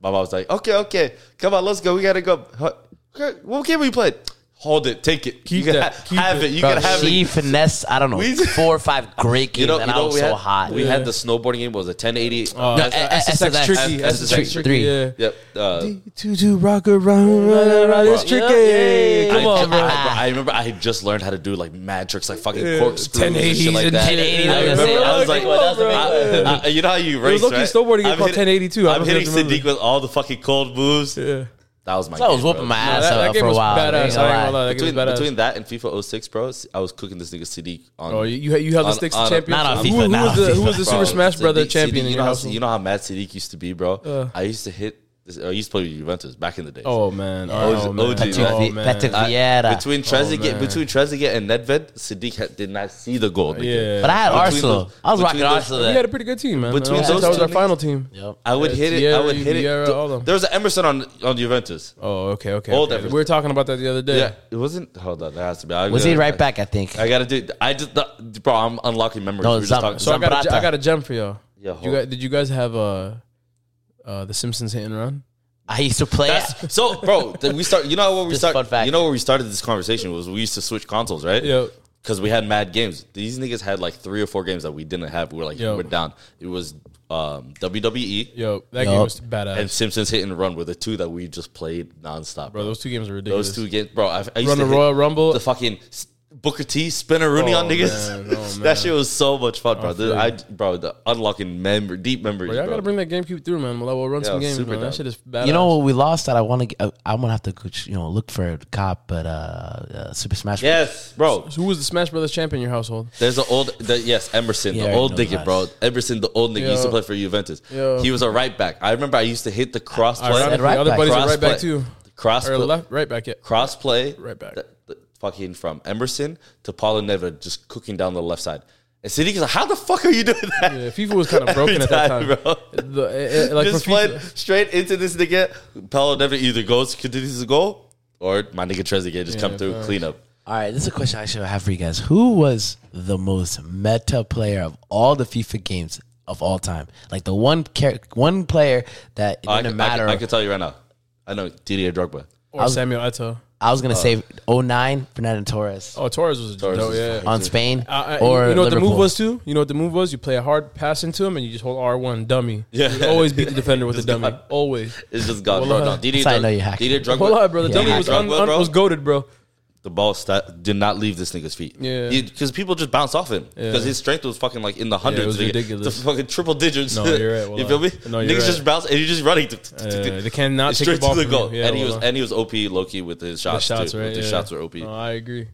My mom was like, okay okay, come on let's go. We gotta go. Huh, okay, What game we played? Hold it, take it. Keep you that, keep have it. it. You Bro, can have she it. finessed. I don't know We- four or five great games, You know, you and I know was we so had, hot. We Yeah. had the snowboarding game. What was it ten eighty? No, Oh, that's, a- a- that's, that's, SSX. tricky. That's That's, the tricky. trick- three. Yeah. eh. Yep. Uh, Two two rock around, rock around. It's Yeah, tricky. yeah, yeah. Come I, on, bro. I, I remember I had just learned how to do like mad tricks, like fucking Yeah. corkscrews and shit 1080s like and that. 1080s, I I was gonna remember say, I was that was a like, big one, that was a big I- I- you know how you race, low-key right? snowboarding game I'm called hit- 1082. I I'm don't hitting remember. Sadiq with all the fucking cold moves. Yeah. That was my. I was game, bro. whooping my Nah, ass that, up that game for a was while. badass. I ain't gonna lie. That game Between, was badass. between that and FIFA 06, bro, I was cooking this nigga Sadiq on. Oh, you- you had- you held the On- sticks on to a- champion. Not on FIFA, Who- Who not was on the who FIFA, was the Bro, Super Smash Sadiq- Brother Sadiq, champion in you your Uh. know, house? how, you know how mad Sadiq used to be, bro. I used to hit. This, I used to play with Juventus back in the day. Oh man. OG, Oh man. Patrick Oh, Vi- man. Patrick I- Vieira. between Oh, Trezeguet, man. Oh, between Trezeguet and Nedved, Sadiq had, did not see the goal. nigga. Yeah. But I had Between Arsenal. those- I was rocking between those- Arsenal. We then. had a pretty good team, man. Between Between those those, that was two our niggas- final team. Yep. I would hit it. I would Thierry, hit it. Vieira, Th- all them. There was an Emerson on on Juventus. Oh, okay, okay. Old okay. Everton. We were talking about that the other day. Yeah, it wasn't. Hold on, that has to be. I Was gotta- he right back? I think. I gotta do. I just, the- bro. I'm unlocking memories. No, We were just Zam- talking- So I got, Zambrata. a, I got a gem for y'all. Yeah, you hold- guys, did you guys have uh, uh, the Simpsons hit and run? I used to play. That's- so, bro, th- we start. You know where we Just start. fun fact. You know where we started this conversation was we used to switch consoles, right? Yep. Because we had mad games. These niggas had like three or four games that we didn't have. We were like, Yo. we're down. It was um, WWE Yo, that Yup. game was badass, and Simpsons Hit and Run were the two that we just played nonstop. bro. Those two games are ridiculous. Those two games, bro. I, I used Run to the hit Royal Rumble. the fucking s- Booker T spinneroonie Oh, on niggas. man. Oh, man. that shit was so much fun, bro. feel The- I, bro, the unlocking memory, deep memories. bro, y'all bro. gotta bring that GameCube through, man. We'll, we'll run some Yeah, games. super Man. dope. That shit is badass. You know what we lost that I want to. I'm gonna have to go, you know look for a cop, but uh, uh Super Smash. Bros. yes, bro. So who was the Smash Brothers champion in your household? There's an old, the, yes, Emerson, Yeah, I the old already know nigga, bro. that. Emerson, the old nigga, used to Yo. play for Juventus. Yo. He was a right back. I remember I used to hit the cross play, Ironically, right other back. buddies cross are right play, back too, cross or play- left, right back. Yeah. cross play, Right back. th- th- fucking from Emerson to Paulo Neva, just cooking down the left side. And Sadiq's like, how the fuck are you doing that? Yeah, FIFA was kind of broken Every at that time, time. bro. The- eh, eh, like just for FIFA- fled straight into this nigga. Paulo Neva either goes continues to go, or my nigga Trezeguet just come Yeah, through facts. clean up. All right, this is a question I should have for you guys. Who was the most meta player of all the FIFA games of all time? Like the one char- one player that Oh, it I didn't can, I, matter. can, I can tell you right now. I know Didier Drogba. or Samuel Eto'o. I was gonna say 09 Fernando Torres uh, Oh, Torres was a dope. was yeah. on Spain Uh, uh, or you know what the Liverpool. move was too? You know what the move was? You play a hard pass into him and you just hold R one dummy. Yeah. You always beat the defender with a Just dummy. got- Always. It's just gone, Hold bro. No, on. Didier, That's how uh, I Drog- know you hacked Didier it. Drogba. Hold on, bro. The Didier dummy was un- Drogba, un- bro. was goaded, bro. the ball st- did not leave this nigga's feet. Yeah. because people just bounce off him Yeah. because his strength was fucking like in the hundreds. it was nigga. ridiculous. The fucking triple digits. No, you're right, you wallah. feel me? No, Niggas you're right. just bounce and you're just running. Yeah, they cannot take straight the ball to the from goal. you. Yeah, and he was wallah. and he was op Loki with his The shots. shots, too. right? His yeah. shots were op. No, Oh, I agree.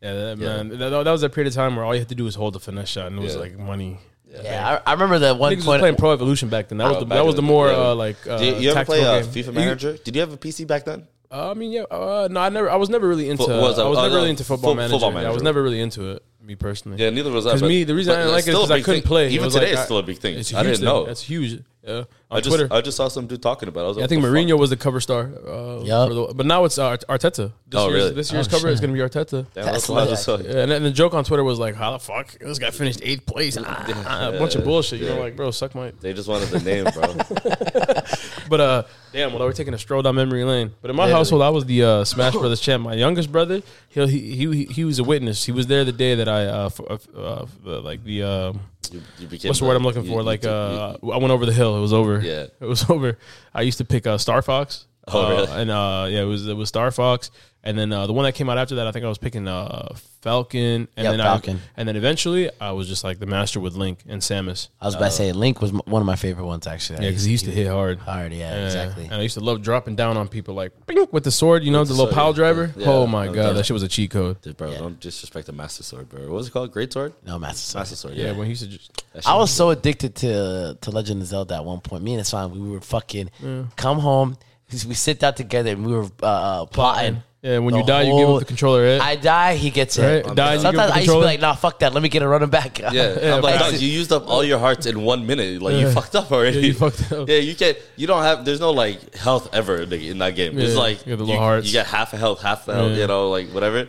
Yeah, that, man. That, that was a period of time where all you had to do was hold the finesse shot and it was Yeah. Oh, like money. Yeah, I, I remember that one Niggas was point. playing Pro Evolution back then. That was the, back that was in the more yeah. uh, like uh, Did you ever tactical play uh, game. FIFA You- Manager? Did you have a PC back then? Uh, I mean, yeah. Uh, no, I never. I was never really into. Fo- was it- I was uh, never uh, really into football, fo- manager. football Yeah, I was manager. never really into it. Me personally. Yeah, neither was I. Because but- me, the reason I but didn't like that's it is still a because I big couldn't thing. play. It Even was today, like, it's I- still a big thing. It's a I huge didn't thing. know. That's huge. Yeah. On I just Twitter, I just saw some dude talking about. it. I was like, I think what the fuck? Mourinho was the cover star. Uh, Yup. for the, but now it's uh, Arteta. This Oh, year's, really? This year's Oh, cover is shit. going to be Arteta. Damn, that's That's what I lit. just saw. Yeah, and, and the joke on Twitter was like, "How the fuck this guy finished eighth place? Ah, ah, a bunch of bullshit." You know, like, bro, suck my. They just wanted the name, bro. But uh, damn, well, we're taking a stroll down memory lane. But in my household, I was the uh, Smash Brothers champ. My youngest brother, he he he, he was a witness. He was there the day that I uh, f- uh, f- uh, like the. Um, You, you became What's the word I'm looking you- for? you like, took- you- uh, I went over the hill. It was over. Yeah. it was over. I used to pick uh, Star Fox. Oh, Uh, really? And uh, yeah, it was it was Star Fox, and then uh, the one that came out after that, I think I was picking uh, Falcon, and Yeah, then Falcon. I, and then eventually I was just like the master with Link and Samus. I was about to say Link was m- one of my favorite ones actually. Uh, Yeah, because he used to hit hard. hard. Yeah, Yeah, exactly. And I used to love dropping down on people like bing, with the sword, you know, the, little sword, power yeah. driver. Yeah, oh my that was god, awesome. that shit was a cheat code. Dude, bro, don't disrespect the Master Sword, bro. What was it called? Great Sword? No, Master Sword. Master Sword, Yeah, yeah. when he used to just That shit I was so addicted to to Legend of Zelda at one point. Me and his son, we were fucking come home. We sit down together and we were uh, uh, plotting. Yeah, when the you die, you give whole- up the controller. Right? I die, he gets it. Right? Die, you give him Sometimes the I used to be controller. like, nah, fuck that. Let me get it running back. Yeah, I'm like, dog, you used up all your hearts in one minute. Like you Yeah. fucked up already. Yeah, you fucked up. Yeah, you can't. You don't have. There's no like health ever nigga, in that game. It's Yeah, like you got the you, little hearts. you get half a health, half the health. Yeah. You know, like whatever.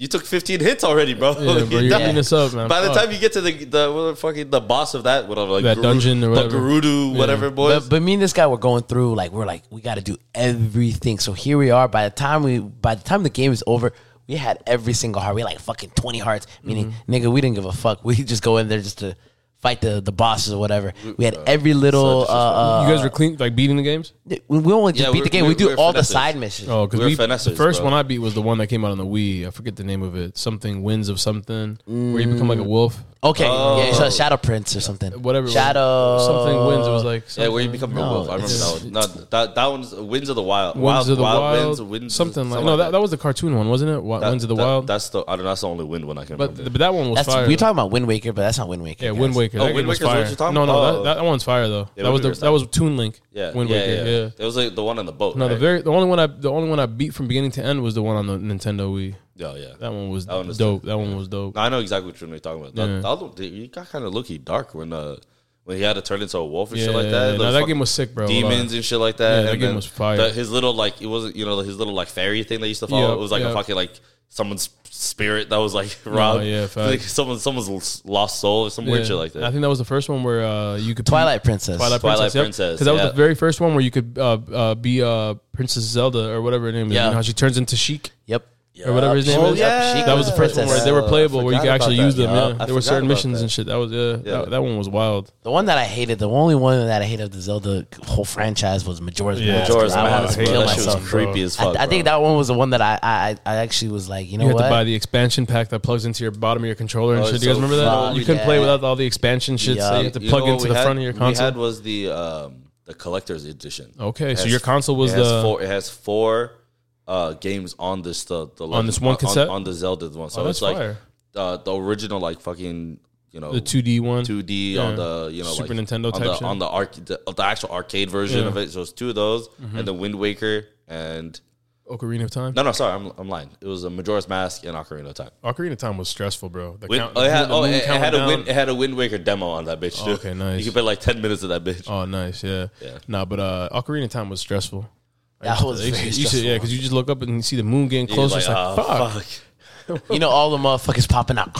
You took 15 hits already, bro. Yeah, bro, You're you're done. eating this up, man. By the Fuck. time you get to the the what the fucking the boss of that whatever like That dungeon or whatever. the Gerudo whatever boys. But, but me and this guy were going through like we're like we got to do everything. So here we are. By the time we by the time the game is over, we had every single heart. We had like fucking twenty hearts. Meaning, Mm-hmm. nigga, we didn't give a fuck. We just go in there just to fight the the bosses or whatever. Mm, We uh, had every little. so uh, you guys were clean, like beating the games. uh, we we only just Yeah, beat the we're- game. We we're- do we're all the finessers. side missions. Oh, because We're we the finessers, first bro. one I beat was the one that came out on the Wii. I forget the name of it. Something winds of something, where you Mm. become like a wolf. Okay, yeah, Oh. so Shadow Prince or something. Whatever. it was. Shadow Something wins. It was like yeah, where you something- become a wolf. I remember it's- that one. No, that, that one's Winds of the Wild. Winds of the Wild, Winds, winds something like no, that, that was the cartoon one, wasn't it? Wi- Winds of the That- Wild. That's the I don't, that's the only wind one I can but, remember. th- but that one was That's fire. we're talking about Wind Waker, but that's not Wind Waker. yeah, guys. Wind Waker. Oh, that Wind game was Waker's what fire. you're talking No, no, about? that, that one's fire though. Yeah, that Wind was the, Waker's that was Toon Link. yeah, Wind yeah, Waker. yeah, yeah. It was like the one on the boat. No, the right? very the only one I the only one I beat from beginning to end was the one on the Nintendo Wii. Oh yeah, That one was one was dope. That one was dope. No, I know exactly what you're talking about. That, that looked- dude, you got kind of looky dark when uh when he had to turn into a wolf and Yeah, shit like no, that. Those that fucking game was sick, bro. Demons and shit like that. Yeah, that and game then was fire. the- his little like it wasn't you know his little like fairy thing they used to follow. Yeah, it was like yeah. a fucking like someone's spirit that was like robbed. yeah, like facts. someone someone's lost soul or some weird shit like that. I think that was the first one where uh, you could Twilight Princess. Twilight, Twilight Princess, yep. Princess, 'Cause that yeah. was the very first one where you could uh, uh, be uh, Princess Zelda or whatever her name is. Yeah. You know how she turns into Sheik Yep. or whatever his name Oh, is. yeah. that was the first one where they were Uh, playable, where you forgot could actually about use that. them. Yeah, Yeah, I there were forgot certain about missions that. and shit. That was yeah, Yeah. That, that one was wild. The one that I hated, the only one that I hated of the Zelda whole franchise was Majora's Yeah. Mask. Majora's I Mask, wanted to bro. kill that shit was myself. creepy as fuck. I, I bro. think that one was the one that I I, I actually was like, you know You had what? to buy the expansion pack that plugs into your bottom of your controller and Oh, shit. it's Do you guys so remember that? fucked, you couldn't play yeah. without all the expansion shit, so Yeah. you had to You plug know what into we the had? front of your We had console. was the um, the collector's edition. Okay, It so has- your console was it has the- four, it has four uh, games on this the, the this one cassette? on, the Zelda one. So Oh, that's it's like fire. uh, the original like fucking you know The 2D one. two D Yeah. on the you know Super like, Nintendo on type the shit. on the, arc, the the actual arcade version Yeah. Mm-hmm. of it. So it's two of those and the Wind Waker and Ocarina of Time. no no sorry I'm I'm lying. It was a Majora's Mask and Ocarina of Time. Ocarina of Time was stressful, bro. The Wind, count- oh, it had, the oh, moon it, it had countdown. a wind, it had a Wind Waker demo on that bitch. Oh, Too. okay, nice. You could play like ten minutes of that bitch. Oh, nice. Yeah. Yeah. Nah, but uh, Ocarina of Time was stressful. that was You very should- you should- stressful. yeah, because you just look up and you see the moon getting He was closer. it's like, "Oh, fuck. fuck. You know, all the motherfuckers popping out.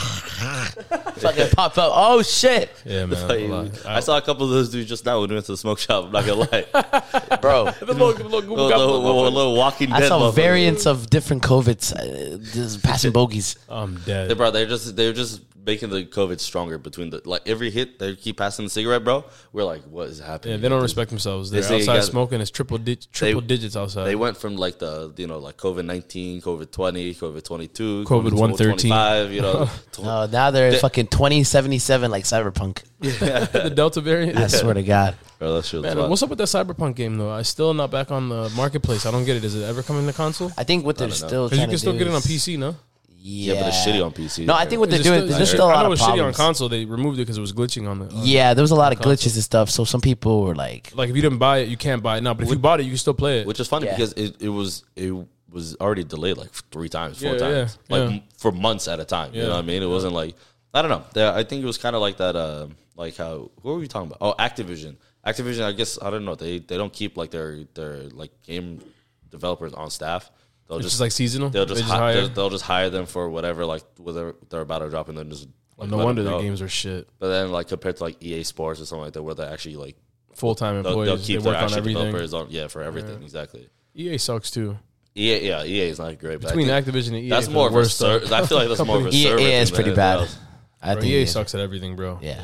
Fucking pop up. Oh, shit. Yeah, man. Like, a lot. I saw a couple of those dudes just now when we went to the smoke shop. I'm not gonna lie, the Bro. little, little- little- little Walking Dead. I saw motherfuckers. variants of different COVIDs uh, just passing bogeys. I'm dead. They- bro, they're just they're just making the COVID stronger between the like every hit they keep passing the cigarette, bro. We're like, what is happening? Yeah, they don't respect themselves. They're This nigga outside got- smoking. It's triple dig- triple digits outside. They went from like the you know like COVID nineteen, COVID twenty, COVID twenty two, COVID 113. You know, tw- No, Uh, now they're fucking 2077 like Cyberpunk. the Delta variant. I swear to God. bro, that shit was Man, wild. what's up with that Cyberpunk game though? I still not back on the marketplace. I don't get it. Is it ever coming to console? I think what they're still Because trying you can to still do get it on is- PC, no? Yeah, but it's shitty on PC. No, I think what Is they're it doing is is it there's shit- still a I lot know of it was shitty on problems. console. They removed it because it was glitching on the. on- Yeah, there was a lot of glitches and stuff. So some people were like, Like if you didn't buy it, you can't buy it now. But if you bought it, you can still play it. which is funny Yeah. because it, it was it was already delayed like three times, four Yeah, times, yeah, like yeah. m- for months at a time. You Yeah. know what I mean? It wasn't like I don't know. There- I think it was kind of like that. Uh, like how what were we talking about? Oh, Activision. Activision. I guess I don't know. They they don't keep like their their like game developers on staff. They'll It's just just like seasonal. they'll just, They hi- hire- they'll, they'll just hire them for whatever like whatever they're about to drop and then just like, no let wonder them their go. games are shit. But then like compared to like EA Sports or something like that, where they're actually like Full time they'll, employees. they'll keep they their work on actual everything. developers on yeah for everything exactly. EA sucks too. EA, E yeah, EA is not great. But I Between think- Activision and EA, that's E is more the of a worst ser- stuff. I feel like that's more of a EA service E is than pretty anything bad. else. I Bro, think EA it- sucks at everything, bro. Yeah.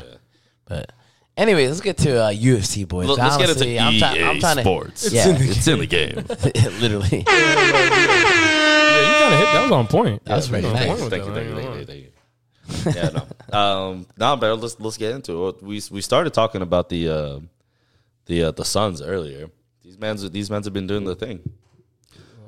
But Anyway, let's get to uh, UFC boys. Let- let's get into Honestly, I'm try- EA I'm trying to- Sports. Yeah. It's in the game. literally. Yeah, you kind of hit. That was on point. That was pretty nice. Thank you, thank you, thank you, thank you. Yeah, no, um, no, but let's let's get into it. We we started talking about the uh, the uh, the Suns earlier. These man's these men's have been doing the thing.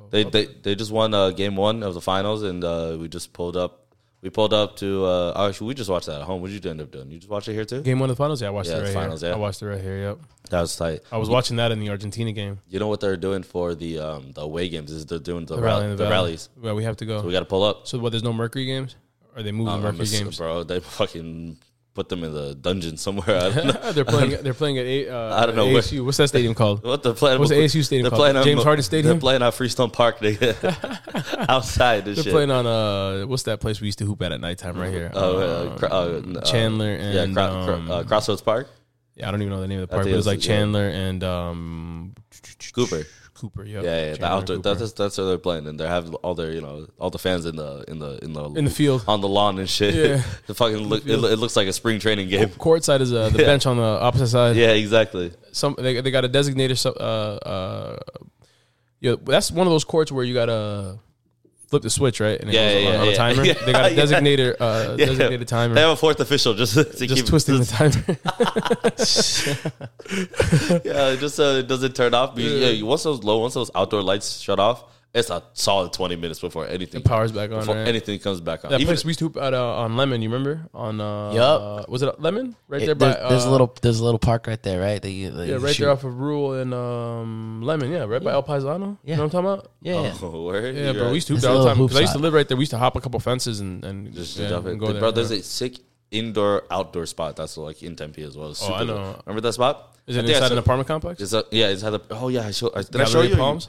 They they they just won uh, game one of the finals, and uh, we just pulled up. We pulled up to uh, actually we just watched that at home. What did you end up doing? You just watched it here too. Game one of the finals. Yeah, I watched Yeah, it right finals, here. yeah. I watched it right here. Yep. That was tight. I was watching that in the Argentina game. You know what they're doing for the um, the away games is they're doing the, The rally, rally in the valley. rallies. Well, we have to go. We got to pull up. So what? There's no Mercury games? Are they moving Um, Mercury it's- games? bro. They fucking put them in the dungeon somewhere. I don't know. Uh, they're playing. They're playing at. A, uh, I don't know where- ASU. What's that stadium called? What the plan? What's the ASU stadium They're called? playing on James Mo- Harden Stadium? They're playing on Freestone Park, nigga. Outside this They're shit. playing on uh, what's that place we used to hoop at at nighttime right here? Um, Oh, uh, cr- uh, n- uh, Chandler yeah, and, cro- um, cro- uh, Crossroads Park. yeah, I don't even know the name of the park, but think it was it's- like yeah. Chandler and um, Cooper. Cooper. Yep. Yeah, yeah, the Chandler, outdoor. Cooper. That's that's where they're playing, and they have all their you know all the fans in the in the in the In the field. on the lawn and shit. Yeah. the fucking look. It, lo- it looks like a spring training game. court side is uh, the bench on the opposite side. Yeah, exactly. some they, they got a designated sub- uh uh yeah that's one of those courts where you gotta flip the switch right and it Yeah, goes yeah, on, on yeah. a timer Yeah. they got a Yeah. designated uh Yeah. designated They timer have a fourth official just to keep just twisting the timer Yeah, it just uh, it doesn't turn off. But yeah. you- once those low, once those outdoor lights shut off, it's a solid twenty minutes before anything powers back on before right? anything comes back on. that Even- place we used to hoop at uh, on lemon you remember on uh Yup. was it lemon right there It- by there's, there's a uh, little there's a little park right there, right? That you, yeah right there off of Rule and um Lemon yeah right by El Paisano you Yeah. know what I'm talking about Yeah, yeah. Oh, word? yeah You're bro right. we used to hoop It's there a all the little time 'cause I hoop used to spot. live right there we used to hop a couple fences and and just yeah, jump in. and go there bro. yeah. There's a sick indoor outdoor spot that's like in Tempe as well. It's Oh, I super dope. know. Remember that spot? is I it think I inside an showed- apartment complex It's a, yeah, it's had a. Oh yeah, I showed. I- Did I show Gallery you Palms?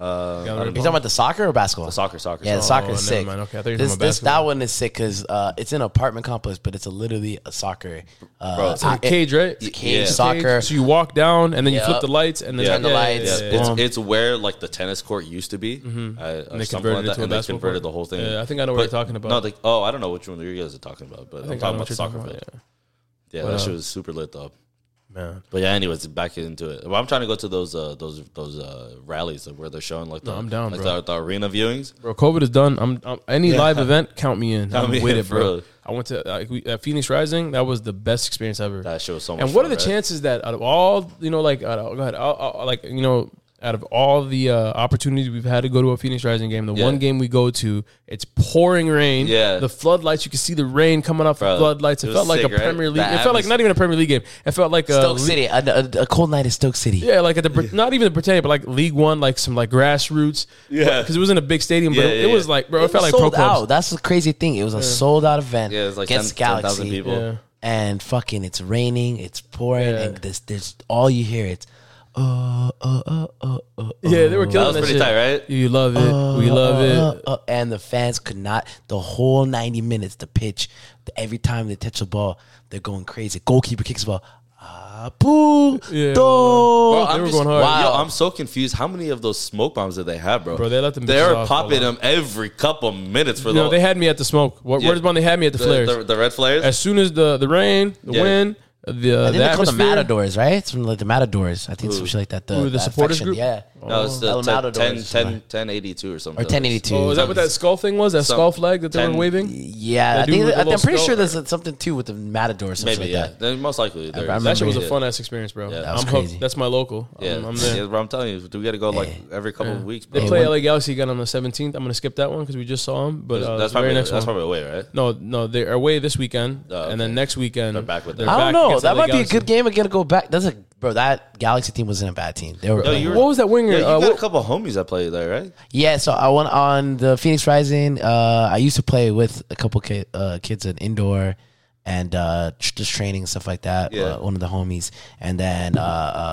Uh, I Gallery don't You know. talking about the soccer or basketball? Soccer, soccer. Yeah, the soccer. soccer never is sick. mind. Okay, I thought you were this, talking about this, that basketball. one is sick because uh, it's an apartment complex, but it's a, literally a soccer. Uh, Bro, it's in I- a cage, right? It's a cage, Yeah. soccer. So you walk down and then you flip Yep. the lights and then Yeah. Turn the lights. Yeah, yeah, it's yeah. it's where like the tennis court used to be. uh, I, they converted it to a and they basketball converted court? the whole thing. Yeah, I think I know what you're talking about. No, like oh, I don't know which one you guys are talking about, but I I'm think I talking know about the what soccer you're talking field. about, Yeah, But, that uh, shit was super lit though. yeah. Man. But yeah, anyways, back into it. Well, I'm trying to go to those uh, those those uh, rallies like, where they're showing like the I'm down, like bro. The, the arena viewings. Bro, COVID is done. I'm, I'm any live event, count me in. Count I'm me with in, it, bro. bro. I went to like, we, at Phoenix Rising. That was the best experience ever. That shit was so much. and what are fun, the right? chances that out of all you know, like out of, go ahead, I'll- I'll- like you know, out of all the uh, opportunities we've had to go to a Phoenix Rising game, the Yeah. one game we go to, it's pouring rain. Yeah. the floodlights. You can see the rain coming off Bro, the floodlights. it It was felt like sick, a right? Premier The League. It felt like atmos- not even a Premier League game. It felt like a Stoke le- City, a, a- a cold night at Stoke City. uh, Yeah, like at the Brit- not even the Britannia, but like League One, like some like grassroots. Yeah. because it was in a big stadium, but Yeah, it, yeah, it was yeah. like, bro, it, It felt was like pro sold clubs. out. That's the crazy thing. It was a sold out event. Yeah, it's like against 10 10,000 Galaxy. people. Yeah. And fucking, it's raining. It's pouring. Yeah. And this, there's all you hear. It's oh, oh, oh, oh, oh. Yeah, they were That killing was that, pretty shit. tight, right? You love it. we love it. Uh, uh, uh, and the fans could not the whole 90 minutes the pitch the- every time they touch the ball they're going crazy goalkeeper kicks the ball Ah, boo, Yeah, do. Bro, Oh, They I'm were just, going hard. Wow, Wow. yo, I'm so confused. How many of those smoke bombs did they have, bro? Bro, they let them They bitches were off a popping lot. them every couple minutes for You know, the, they had me at the smoke. What Yeah. where's one they had me at the, the, flares? the the red flares. as soon as the the rain, the Yeah. wind, I the the think they call the atmosphere. Matadors, right? It's from like the Matadors. I think it's some shit like that. The, Ooh, the that supporters faction, group? Oh, Yeah. no, it's the El 10, Matador 10, or 10, something. 1082 or something. Or 1082. Oh, is that what that skull thing was? That Some- skull flag that they ten- were waving. Yeah, That I dude think with the I'm little pretty skull, sure there's something too with the Matador or something Maybe, like yeah. that. Then Most likely. there- remember That shit was a Yeah. fun ass experience, bro. Yeah. That was I'm hooked. crazy. That's my local. Yeah, I'm, I'm yeah, there. but I'm telling you, do we got to go like every couple of weeks? Bro? They play when- LA Galaxy again on the 17th. I'm gonna skip that one because we just saw them. But uh, that's the very probably next Uh, that's one. probably away, right? No, no, they're away this weekend, Oh, and then okay. next weekend They're back with they're them. I don't back know. against That LA might be a Galaxy. good game again to go back. That's a bro. That Galaxy team wasn't a bad team. They were. Yo, playing you were- well. What was that winger? Yeah, you uh, got a what, couple homies that play there, right? Yeah, so I went on the Phoenix Rising. Uh, I used to play with a couple ki- uh, kids at indoor and uh, tr- just training and stuff like that. Yeah. Uh, one of the homies, and then uh,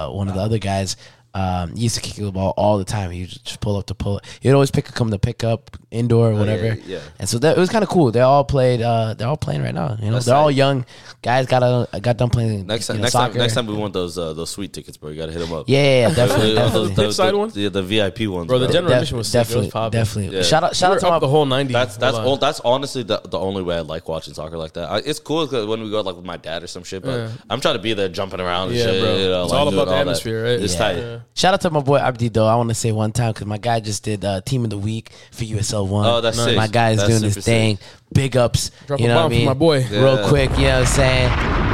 uh, one of the other guys. Um, he used to kick the ball all the time. He would just pull up to pull. He'd always pick come to pick up indoor or whatever. Oh, yeah. And so that it was kind of cool. They all played. Uh, they're all playing right now. You know, they're all young guys. Got uh, got done playing. Next you time, know, next soccer. time, next time we want those uh, those sweet tickets, bro. You gotta hit them up. Yeah, yeah, yeah definitely, Those- definitely. those- those- Side the- one? Yeah, the VIP ones. Bro, the bro. general Def- admission was sick. It was definitely, popping. definitely. Yeah. Shout out, shout We out were to my up the whole ninety. That's that's Hold on. all, that's honestly the, the only way I like watching soccer like that. I, it's cool 'cause when we go like with my dad or some shit, but I'm trying to be there jumping around. And Yeah, shit, bro. You know, It's like, all doing about the that. atmosphere, right? It's Yeah. tight. Shout out to my boy Abdi though. I want to say one time because my guy just did uh, team of the week for USL one. Oh, that's sick. my guy is That's doing his super sick. thing. Big ups, Drop you a know what I bomb for mean? my boy. Yeah. Real quick, you know what I'm saying?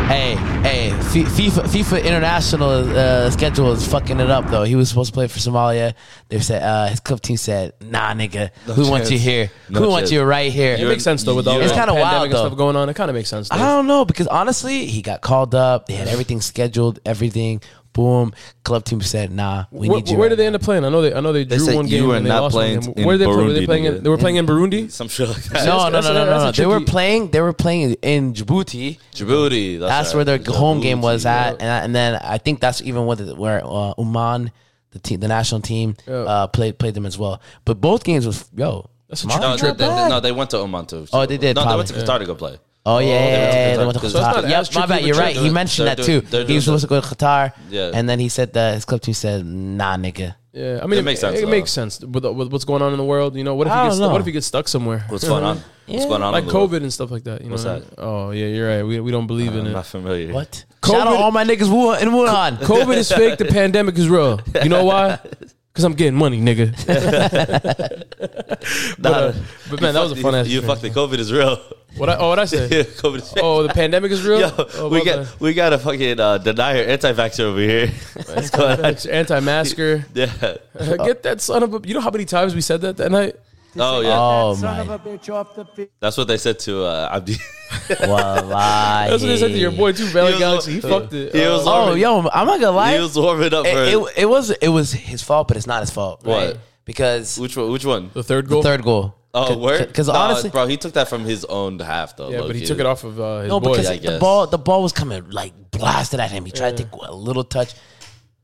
Hey, hey, Fi- FIFA, FIFA international uh, schedule is fucking it up though. He was supposed to play for Somalia. They said uh, his club team said, "Nah, nigga, we want chance. you here. No we want chance. you right here." It makes sense though with all It's the kinda pandemic wild, and though. stuff going on. It kind of makes sense. Though. I don't know because honestly, he got called up. They had everything scheduled, everything. Boom. Club team said, "Nah, we Wh- need you." right where did they end up playing? I know they I know they drew said one you game were and they not lost playing one game. in Where did they play? Were they Burundi, Hmm. playing? In, nigga. they were playing in Burundi. Some shit like that. No, no, That's- that's no, a- no, no, that's a no. They were tricky- playing. They were playing in Djibouti. Djibouti. That's, That's right. where their home game Djibouti. was at, and, I, and then I think that's even what the, where uh, Oman, the team, the national team, uh, played played them as well. But both games was yo. That's a Oman? No, tricky they, trip. they, though. no, they went to Oman to. Oh, they did, No, they went to probably. Qatar to go play. Oh yeah, yeah, yeah, yeah, they went to So it's Qatar. not Yep, as my tricky bad. of a You're trip, right. though. He mentioned They're that doing- too. they're He was doing supposed to go to Qatar, Yeah. and then he said that his club team said, "Nah, nigga." Yeah, I mean, It makes sense, It though. makes sense with, with what's going on in the world. You know, what if I you get don't stu- know. what if you get stuck somewhere? What's going on? What's going on? Like in the world? COVID and stuff like that. You What's know? that? Uh, Oh yeah, you're right. We, we don't believe in I'm it. not familiar. What? Shout out COVID- all my niggas Wuhan- in Wuhan. COVID is fake. The pandemic is real. You know why? Because I'm getting money, nigga. but, uh, but man, that was a fun ass. You fucked the COVID is real. What I, oh, what I said? Yeah, COVID is real. Oh, the pandemic is real. Yo, oh, we my got bad. we got a fucking uh, denier anti-vaxxer over here. What's going on? It's anti-masker. Yeah. Get that son of a. You know how many times we said that that night? Oh yeah. Oh my! That's what they said to uh, Abdi. Wallahi. That's what they said to your boy too, Belly was- Galaxy. He fucked it. he Uh, was- Oh, yo, I'm not gonna lie. he was warming up. it, for it, it was it was his fault, but it's not his fault. What? right? Because which one? Which one? the third the goal. third goal. Oh, word. Because Nah, honestly, bro, he took that from his own half though. Yeah, but he low-key. took it off of uh, his no, boy. because I the guess. ball the ball was coming like blasted at him. He tried to take a little touch.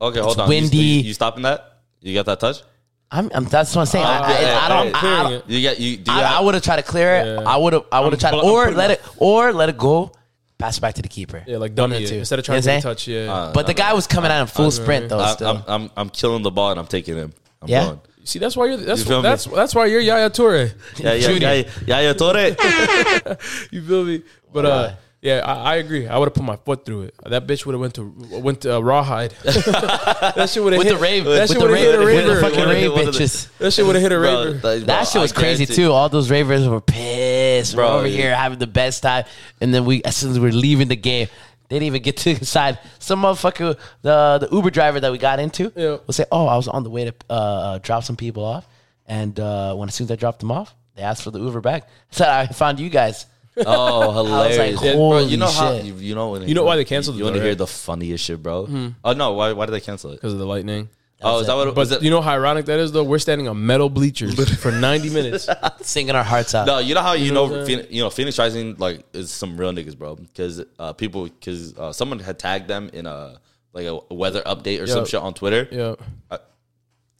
Okay, hold on. windy. You, you, you stopping that? You got that touch? I'm, I'm that's what I'm saying. Uh, I, I, yeah, Ah, I don't. yeah. I, Clearing don't- it. You got you. Do you I, have, I would have tried to clear it. Yeah. I would have. I would have tried, pl- I'm or putting let my- it, or let it go, pass it back to the keeper. Yeah, like One dummy of it. the two. instead of You know what trying to I'm get touch. Yeah, saying? Uh, But the guy was coming out in full sprint though. I, Still, I'm, I'm I'm killing the ball and I'm taking him. I'm Yeah? going. see, that's why you're that's You feel me? that's that's why you're Yaya Toure. Yeah, yeah, Judy. yeah, yeah, yeah, Torre. You feel me? But uh, yeah, I, I agree. I would have put my foot through it. That bitch would have went to went to uh, rawhide. that shit would have with hit the rave, That with shit the would have rave, hit a with the raver. fucking One of the- rave one of the- bitches. That shit would have hit a Bro, raver. like, bro, That shit was I crazy guarantee- too. All those ravers were pissed. Bro, we're over yeah. here having the best time, and then we as soon as we're leaving the game, they didn't even get to inside. Some motherfucker, the the Uber driver that we got into, Yeah. will say, "Oh, I was on the way to uh, drop some people off, and uh, when as soon as I dropped them off, they asked for the Uber back. Said I found you guys. Oh, hilarious! like, bro, holy you know how shit. you, you know when You know why they canceled You, it, want to though, hear right? the funniest shit, bro? Oh no, why why did they cancel it? Because of the lightning. Oh, is that what? it But was it? you know how ironic that is, though. We're standing on metal bleachers for 90 minutes. Singing our hearts out. No, you know how you know Phoenix, you know Phoenix Rising like is some real niggas, bro. Because uh, people, because uh, someone had tagged them in a like a weather update or some Yup. shit on Twitter. Yeah,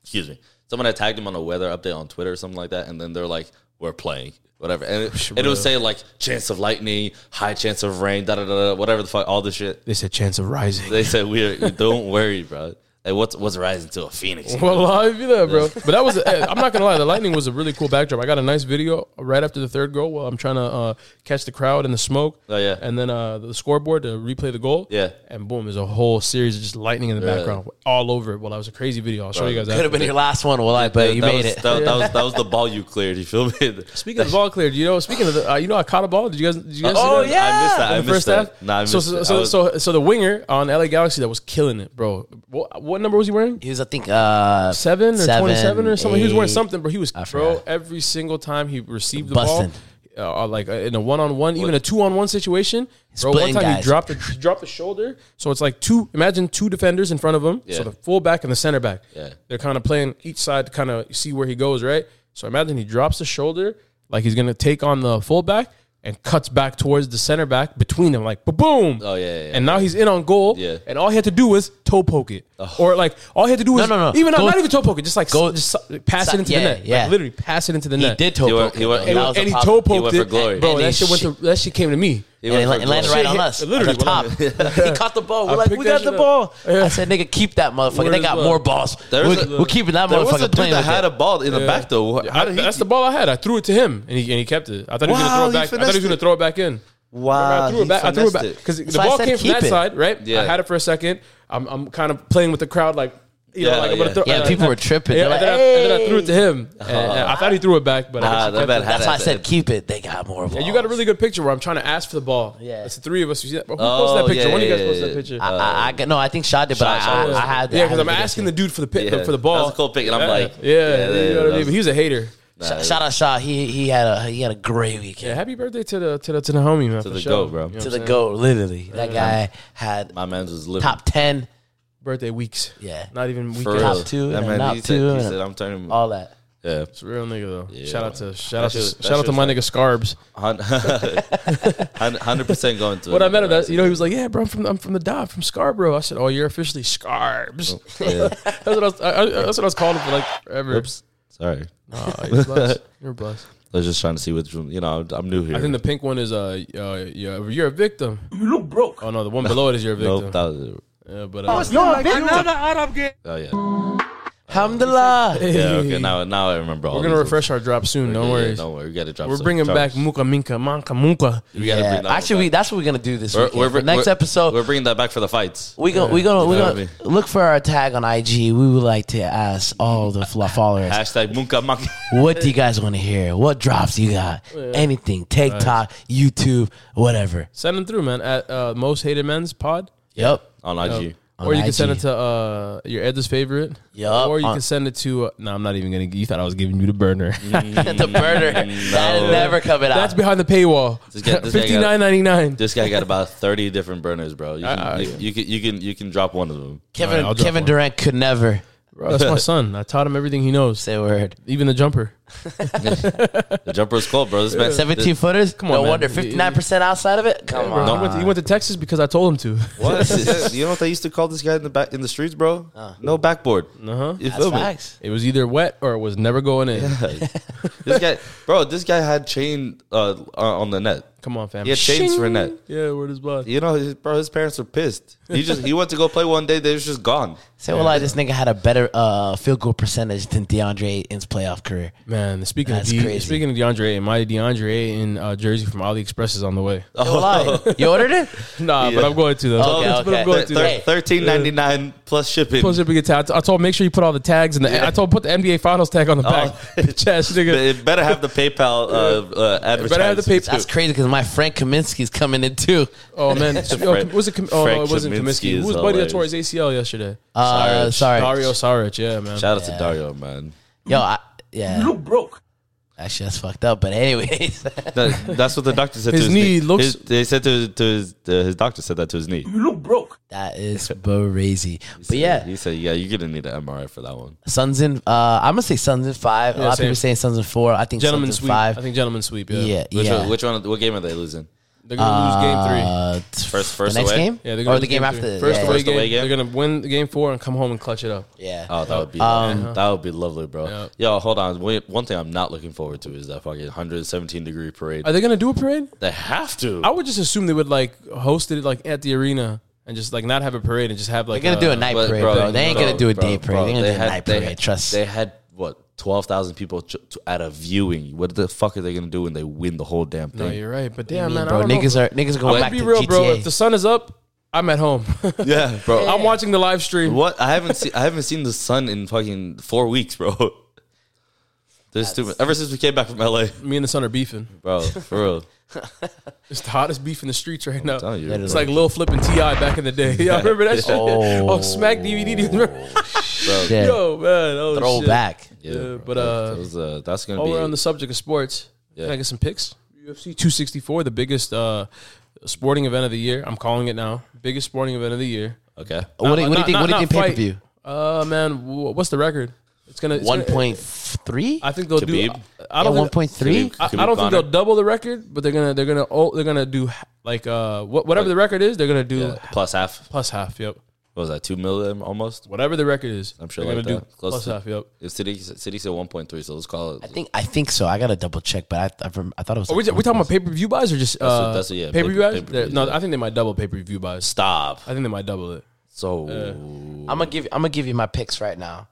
Excuse me. Someone had tagged them on a weather update on Twitter or something like that, and then they're like, "We're playing." Whatever, and it, and it Bro. would say like chance of lightning, high chance of rain, da da da, da, whatever the fuck, all this shit. they said chance of rising. They said we are, don't worry, bro. Hey, what's what's rising to a phoenix? Well, I'll be there, bro. But that was, eh, I'm not going to lie, the Lightning was a really cool backdrop. I got a nice video right after the third goal while I'm trying to uh, catch the crowd and the smoke. Oh, yeah. And then uh, the scoreboard to replay the goal. Yeah. And boom, there's a whole series of just lightning in the Yeah. background all over it. Well, that was a crazy video. I'll show Bro, you guys Could have that. been your last one, well, I, but That- you that made was, it. That, that was that was the ball you cleared. You feel me? Speaking of ball cleared, you know, speaking of the, uh, you know, I caught a ball. Did you guys, did you guys see Oh, that? yeah. I missed that. I in the missed first that. half. Nah, I missed so, so, that. so, I was- so, so the winger on LA Galaxy that was killing it, bro. What, what number was he wearing? He was, I think, uh, Seven or twenty-seven or something. he was wearing eight. something, bro. He was bro forgot. every single time he received the Bustin'. ball, uh, like uh, in a one-on-one, even a two-on-one situation. Bro, Splitting one time he guys. dropped the dropped the shoulder, so it's like two. Imagine two defenders in front of him, Yeah. so the fullback and the center back. Yeah. they're kind of playing each side to kind of see where he goes, right? So imagine he drops the shoulder, like he's gonna take on the fullback. And cuts back towards the center back between them, like ba boom. Oh, yeah, yeah, yeah. And now he's in on goal. Yeah. Oh. And all he had to do was toe poke it. Or like all he had to do was No, no, no. even not- Go- not even toe poke it, just like Go- just su- pass su- it into yeah, the net, yeah. like literally pass it into the He net. did toe He went- poke. he went- though. he and, That was went- a and he pop- toe He poked went for it, glory. bro. And he that shit went shit- to that shit came to me. He and went it for la- it landed glory. right Shit on hit- us. literally At the went on top. me. he caught the ball. We're I like, picked we that got the shit up. ball. Yeah. I said, nigga, keep that motherfucker. Word they as got well. more balls. There was We're, a- we're keeping that There motherfucker was a dude playing that with had it. a ball in the back though. How did he? That's the ball I had. I threw it to him, and he, and he kept it. I thought he was Wow, gonna he throw it back. I thought he was finessed gonna it. throw it back in. Wow, I threw it back. I threw it back because the why I ball said came from keep that it. side, right? Yeah. I had it for a second. I'm, I'm kind of playing with the crowd, like you Yeah, know, like I'm gonna yeah. throw. uh, Yeah, and I- people were tripping. Yeah, They're like, and, then I, and then I threw it to him. And, and I thought he threw it back, but Ah, I that bad That's why I hat. said keep it. They got more balls. And you got a really good picture where I'm trying to ask for the ball. Yeah. it's the three of us. You see that? Bro, who Oh, posted that picture? yeah, One of you yeah, guys posted yeah. that picture. I, I, I got- no, I think Shaw did, but Shaw- Shaw I, was- I, I had. yeah, I had because I'm the video asking too. the dude for the pit, Yeah, for the ball. That was a cool pick, and I'm Yeah. like, yeah, you know what I that mean? But He was a hater. was- Sh- Shout out Shaw. He he had a he had a great Yeah, weekend. happy birthday to the to the to the homie man. To the sure. goat, bro. You know what To I'm the saying? goat, literally. That guy had My man's was living. top ten, birthday weeks. Yeah. not even weekends. for top real. two That and man, top he two said, he and- said, I'm turning. all that. Yeah, It's a real nigga though. Yeah, shout out man. to shout out shit was- to that shout out shit to was my fire. nigga Scarbs. hundred percent going to. When it, I met him, bro. that, you know, he was like, "Yeah, bro, I'm from I'm from the Dob, from Scarborough." I said, "Oh, you're officially Oh. Scarbs." that's what I was. I, I, that's what I was calling for like forever. Oops. Sorry, Oh, you're blessed. You're blessed. I was just trying to see which room. You know, I'm- I'm new here. I think the pink one is uh, uh you're, you're a victim. You look broke. Oh no, the one below it is your victim. nope, that was. Yeah, but uh, Oh yeah, Alhamdulillah. yeah. Okay, now now I remember. All we're gonna refresh our drop soon. Don't worry. Don't worry, we gotta drop. We're some bringing drops. back Muka Minka Manka Muka. We gotta Yeah. bring that. one Actually, we, back. that's what we're gonna do this weekend. br- The next episode, We're bringing that back for the fights. We gonna we gonna we Yeah. gonna look for our tag on IG. We would like to ask all the fl- followers, Hashtag Munka Manka. what do you guys want to hear? What drops you got? Anything, TikTok, YouTube, whatever. Send them through, man. At uh, most hated men's pod. Uh, Yep. on IG. or you can send IG. it to uh, your Ed's favorite. Yup. Or you On- can send it to. Uh, no, I'm not even gonna. You thought I was giving you the burner. the burner that is never coming That's out. behind the paywall. Just get- just Fifty get- nine ninety nine. This guy got about thirty different burners, bro. You can, Ah, you, yeah. you can you can you can drop one of them. Kevin Alright, I'll drop Kevin one. Durant could never Bro, that's my son. I taught him everything he knows, say a word. even the jumper. The jumper is cold, bro. This man, Seventeen footers. Come on, no man. wonder fifty nine percent outside of it. Come Bro, he, on. went to, he went to Texas because I told him to. What? you know what they used to call this guy in the back in the streets, bro? no backboard. Uh-huh. You That's feel me? facts. It was either wet or it was never going in. This guy, bro. This guy had chain uh, uh, on the net. Come on, fam. He had chains for net. Yeah, word is blood. You know, his, bro. His parents were pissed. He just he went to go play one day. They was just gone. Say well, like this nigga had a better uh, field goal percentage than DeAndre Ayton's playoff career. Man, speaking That's of De- crazy. speaking of DeAndre, Ayton, my DeAndre Ayton uh, jersey from AliExpress is on the way. Say well, like, you ordered it? Nah, but Oh. Yeah. I'm going to though. Oh, Okay, But okay. I'm going to though. Hey. Thirteen ninety nine plus shipping. Supposed to be a tag. I told him, make sure you put all the tags in the. I told him, put the NBA Finals tag on the back. Bitch ass Oh. But nigga. It better have the PayPal uh, uh, advertising. Better have the PayPal. That's crazy because my friend Kaminsky's coming in too. Oh man, Yo, Frank- was it? Kam- oh no, it Frank wasn't Kaminsky Kaminsky. is Who was buddy that hilarious. tore his ACL yesterday? Uh, Saric. sorry, Dario Saric. Yeah, man. Shout out to Dario, man. Yo, I, yeah. You look broke. Actually, that's fucked up. But anyways, That, that's what the doctor said. His to his knee looks- his- they said to, to his, uh, his doctor said that to his knee. that is crazy. But yeah, he said, "Yeah, you're gonna need an MRI for that one." Suns in. Uh, I'm gonna say Suns in five. a Yeah, lot of same. people saying Suns in four. I think Gentlemen Suns in sweep. I five. think gentlemen sweep. Yeah. Yeah, Which, yeah. one, which one? What game are they losing? They're gonna lose game three. Uh, t- First- the first next away? game, Yeah, they're gonna or the lose game game after three. that. First yeah, away First game, away game? They're gonna win game four and come home and clutch it up. Yeah. Oh, that would be that would be lovely, bro. Yeah. Yo, hold on. Wait, one thing I'm not looking forward to is that fucking 117 degree parade. Are they gonna do a parade? they have to. I would just assume they would like host it like at the arena and just like not have a parade and just have like They're gonna do a uh, night But, parade, bro. They ain't bro, gonna do a bro, day parade. bro, They're gonna do a had- night they parade. had- Trust. They had what 12,000 people ch- to, at a viewing. What the fuck are they gonna do when they win the whole damn No, thing? you're right, but damn man, bro, I don't know. niggas are niggas are going Let's back be to real, GTA. bro. If the sun is up, I'm at home. yeah, bro. I'm watching the live stream. What I haven't seen I haven't seen the sun in fucking four weeks, bro. There's too much. Ever since we came back from LA, Me and the sun are beefing. bro, for real. It's the hottest beef in the streets right now. telling you. It's like Lil Flip and Ti back in the day. Y'all remember that shit? Oh. Oh, Smack DVD. Do you remember? Yeah. Yo, man, oh shit. throwback. Yeah, Yeah, but uh, That was, uh, that's gonna while be we're on the subject of sports, can I get some picks? UFC 264, the biggest uh, sporting event of the year. I'm calling it now. Biggest sporting event of the year. okay. What do you- what do you Not- think? not- What do you not think? Pay per view. fight. Uh, man, wh- what's the record? It's gonna it's One gonna- point three. I think they'll do. Khabib? I At don't. one Think, point three. I, I Khabib don't think Conor. they'll double the record, but they're gonna they're gonna oh, they're gonna do h- like uh wh- whatever the record is. They're gonna do Plus half. plus half. Yep. what was that two million almost? Whatever the record is, I'm sure they're like gonna that. do Close plus to- half. Yep. If City City said one point three, so let's call it. I think I think so. I gotta double check, but I I, rem- I thought it was. Are we, like are we talking about pay per view buys or just uh, what- that's what- yeah, pay per view pay- buys? pay-per-view, no, yeah. I think they might double pay per view buys. stop. I think they might double it. So I'm gonna give I'm gonna give you my picks right now.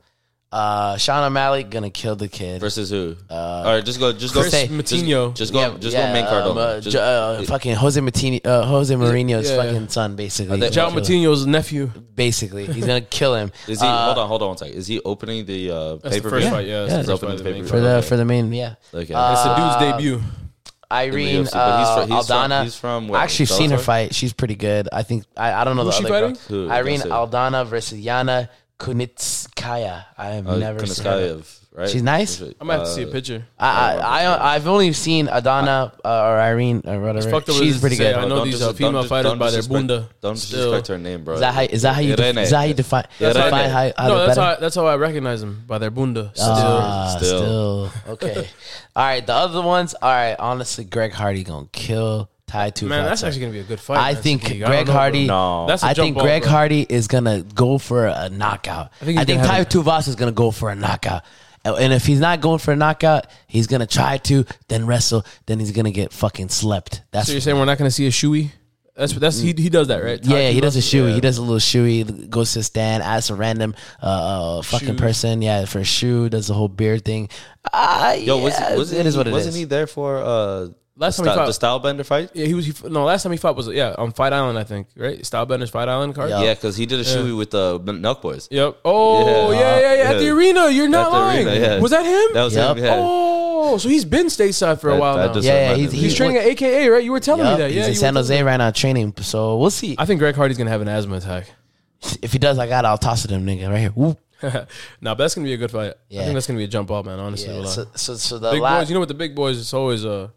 Uh, Sean O'Malley gonna kill the kid. versus who? All right, just go. Just go. Chris just- Matinho. Just, go. Yeah, just Uh, yeah, go. Main card um, only. uh, Just- J- uh, fucking Jose Martini, uh, Jose Mourinho's yeah. fucking son, basically. He's think- gonna John kill him. Martino's nephew. Basically, he's gonna kill him. Is he? Uh, hold on, hold on one second. Is he opening the uh, That's pay the per first view? fight. Yeah, that's Yeah. the He's first opening fight the they pay make. per for the for the main? Yeah, Okay. It's the dude's Uh, debut. In Irene the UFC, but he's uh, fro- he's from- Aldana. he's from where? I actually seen her Bellator? fight. She's pretty good. I think I, I don't know Who's the she other fighting? Who? girl. Irene That's it. Aldana versus Yana Kunitskaya. I have Uh, never seen her. Kuniskaya, right? She's nice. Uh, I might have to see a picture. I, Oh, I, I I've only seen Adana uh, or Irene or whatever. fucked up with She's this pretty to say, good. I know don't these, dis- uh, don't female dis- fighters don't by their disrespect- bunda. Don't Still. disrespect her name, bro. Is that how is that how you defi- Irene. is that how you define That's define Irene. how, how no, to that's better? how, that's how I recognize them by their bunda. Still. Ah, Still. still. Okay. all right. The other ones. All right. Honestly, Greg Hardy gonna kill Ty Tuivasa. man, that's actually gonna be a good fight. I man, think this week. I Greg don't know, Hardy. bro. No. that's a I jump think ball, Greg bro. Hardy is gonna go for a knockout. I think he's think, I think gonna Ty have Tuivasa is gonna go for a knockout. And and if he's not going for a knockout, he's gonna try to then wrestle. Then he's gonna get fucking slept. That's So you're saying we're not gonna see a shoey? That's that's he he does that right? Ty yeah, he does a Tuivasa? shoey. Yeah. He does a little shoey. Goes to stand, asks a random uh, uh fucking Shoes. person, yeah, for a shoe. Does the whole beard thing. Ah, Yo, yeah, was, wasn't it he, is what it wasn't is. he there for uh, Last the, time he style, fought- the style bender fight? Yeah, he was. He, f- no, last time he fought was yeah on Fight Island, I think. Right, Stylebender's Fight Island card. Yeah. Yeah, because he did a shoey with the uh, Milk Boys. Yep. Oh yeah, Yeah. yeah, yeah. At Yeah. the arena, you're not At the lying. arena, yeah. Was that him? That was Yep. him. Yeah. Oh, so he's been stateside for a That- while that now. just- yeah, yeah, reminded he's, me. he's, He's training at AKA, right? You were telling Yup, me that. he's Yeah, in you San were- Jose right now training. So we'll see I think Greg Hardy's gonna have an asthma attack. if he does. I got. I'll toss it to him, nigga, right here. Whoop. nah, but that's gonna be a good fight. I Yeah. think that's gonna be a jump ball, man. Honestly, Yeah. Well, uh, So, so, so the big last, boys. You know what the big boys? It's always uh,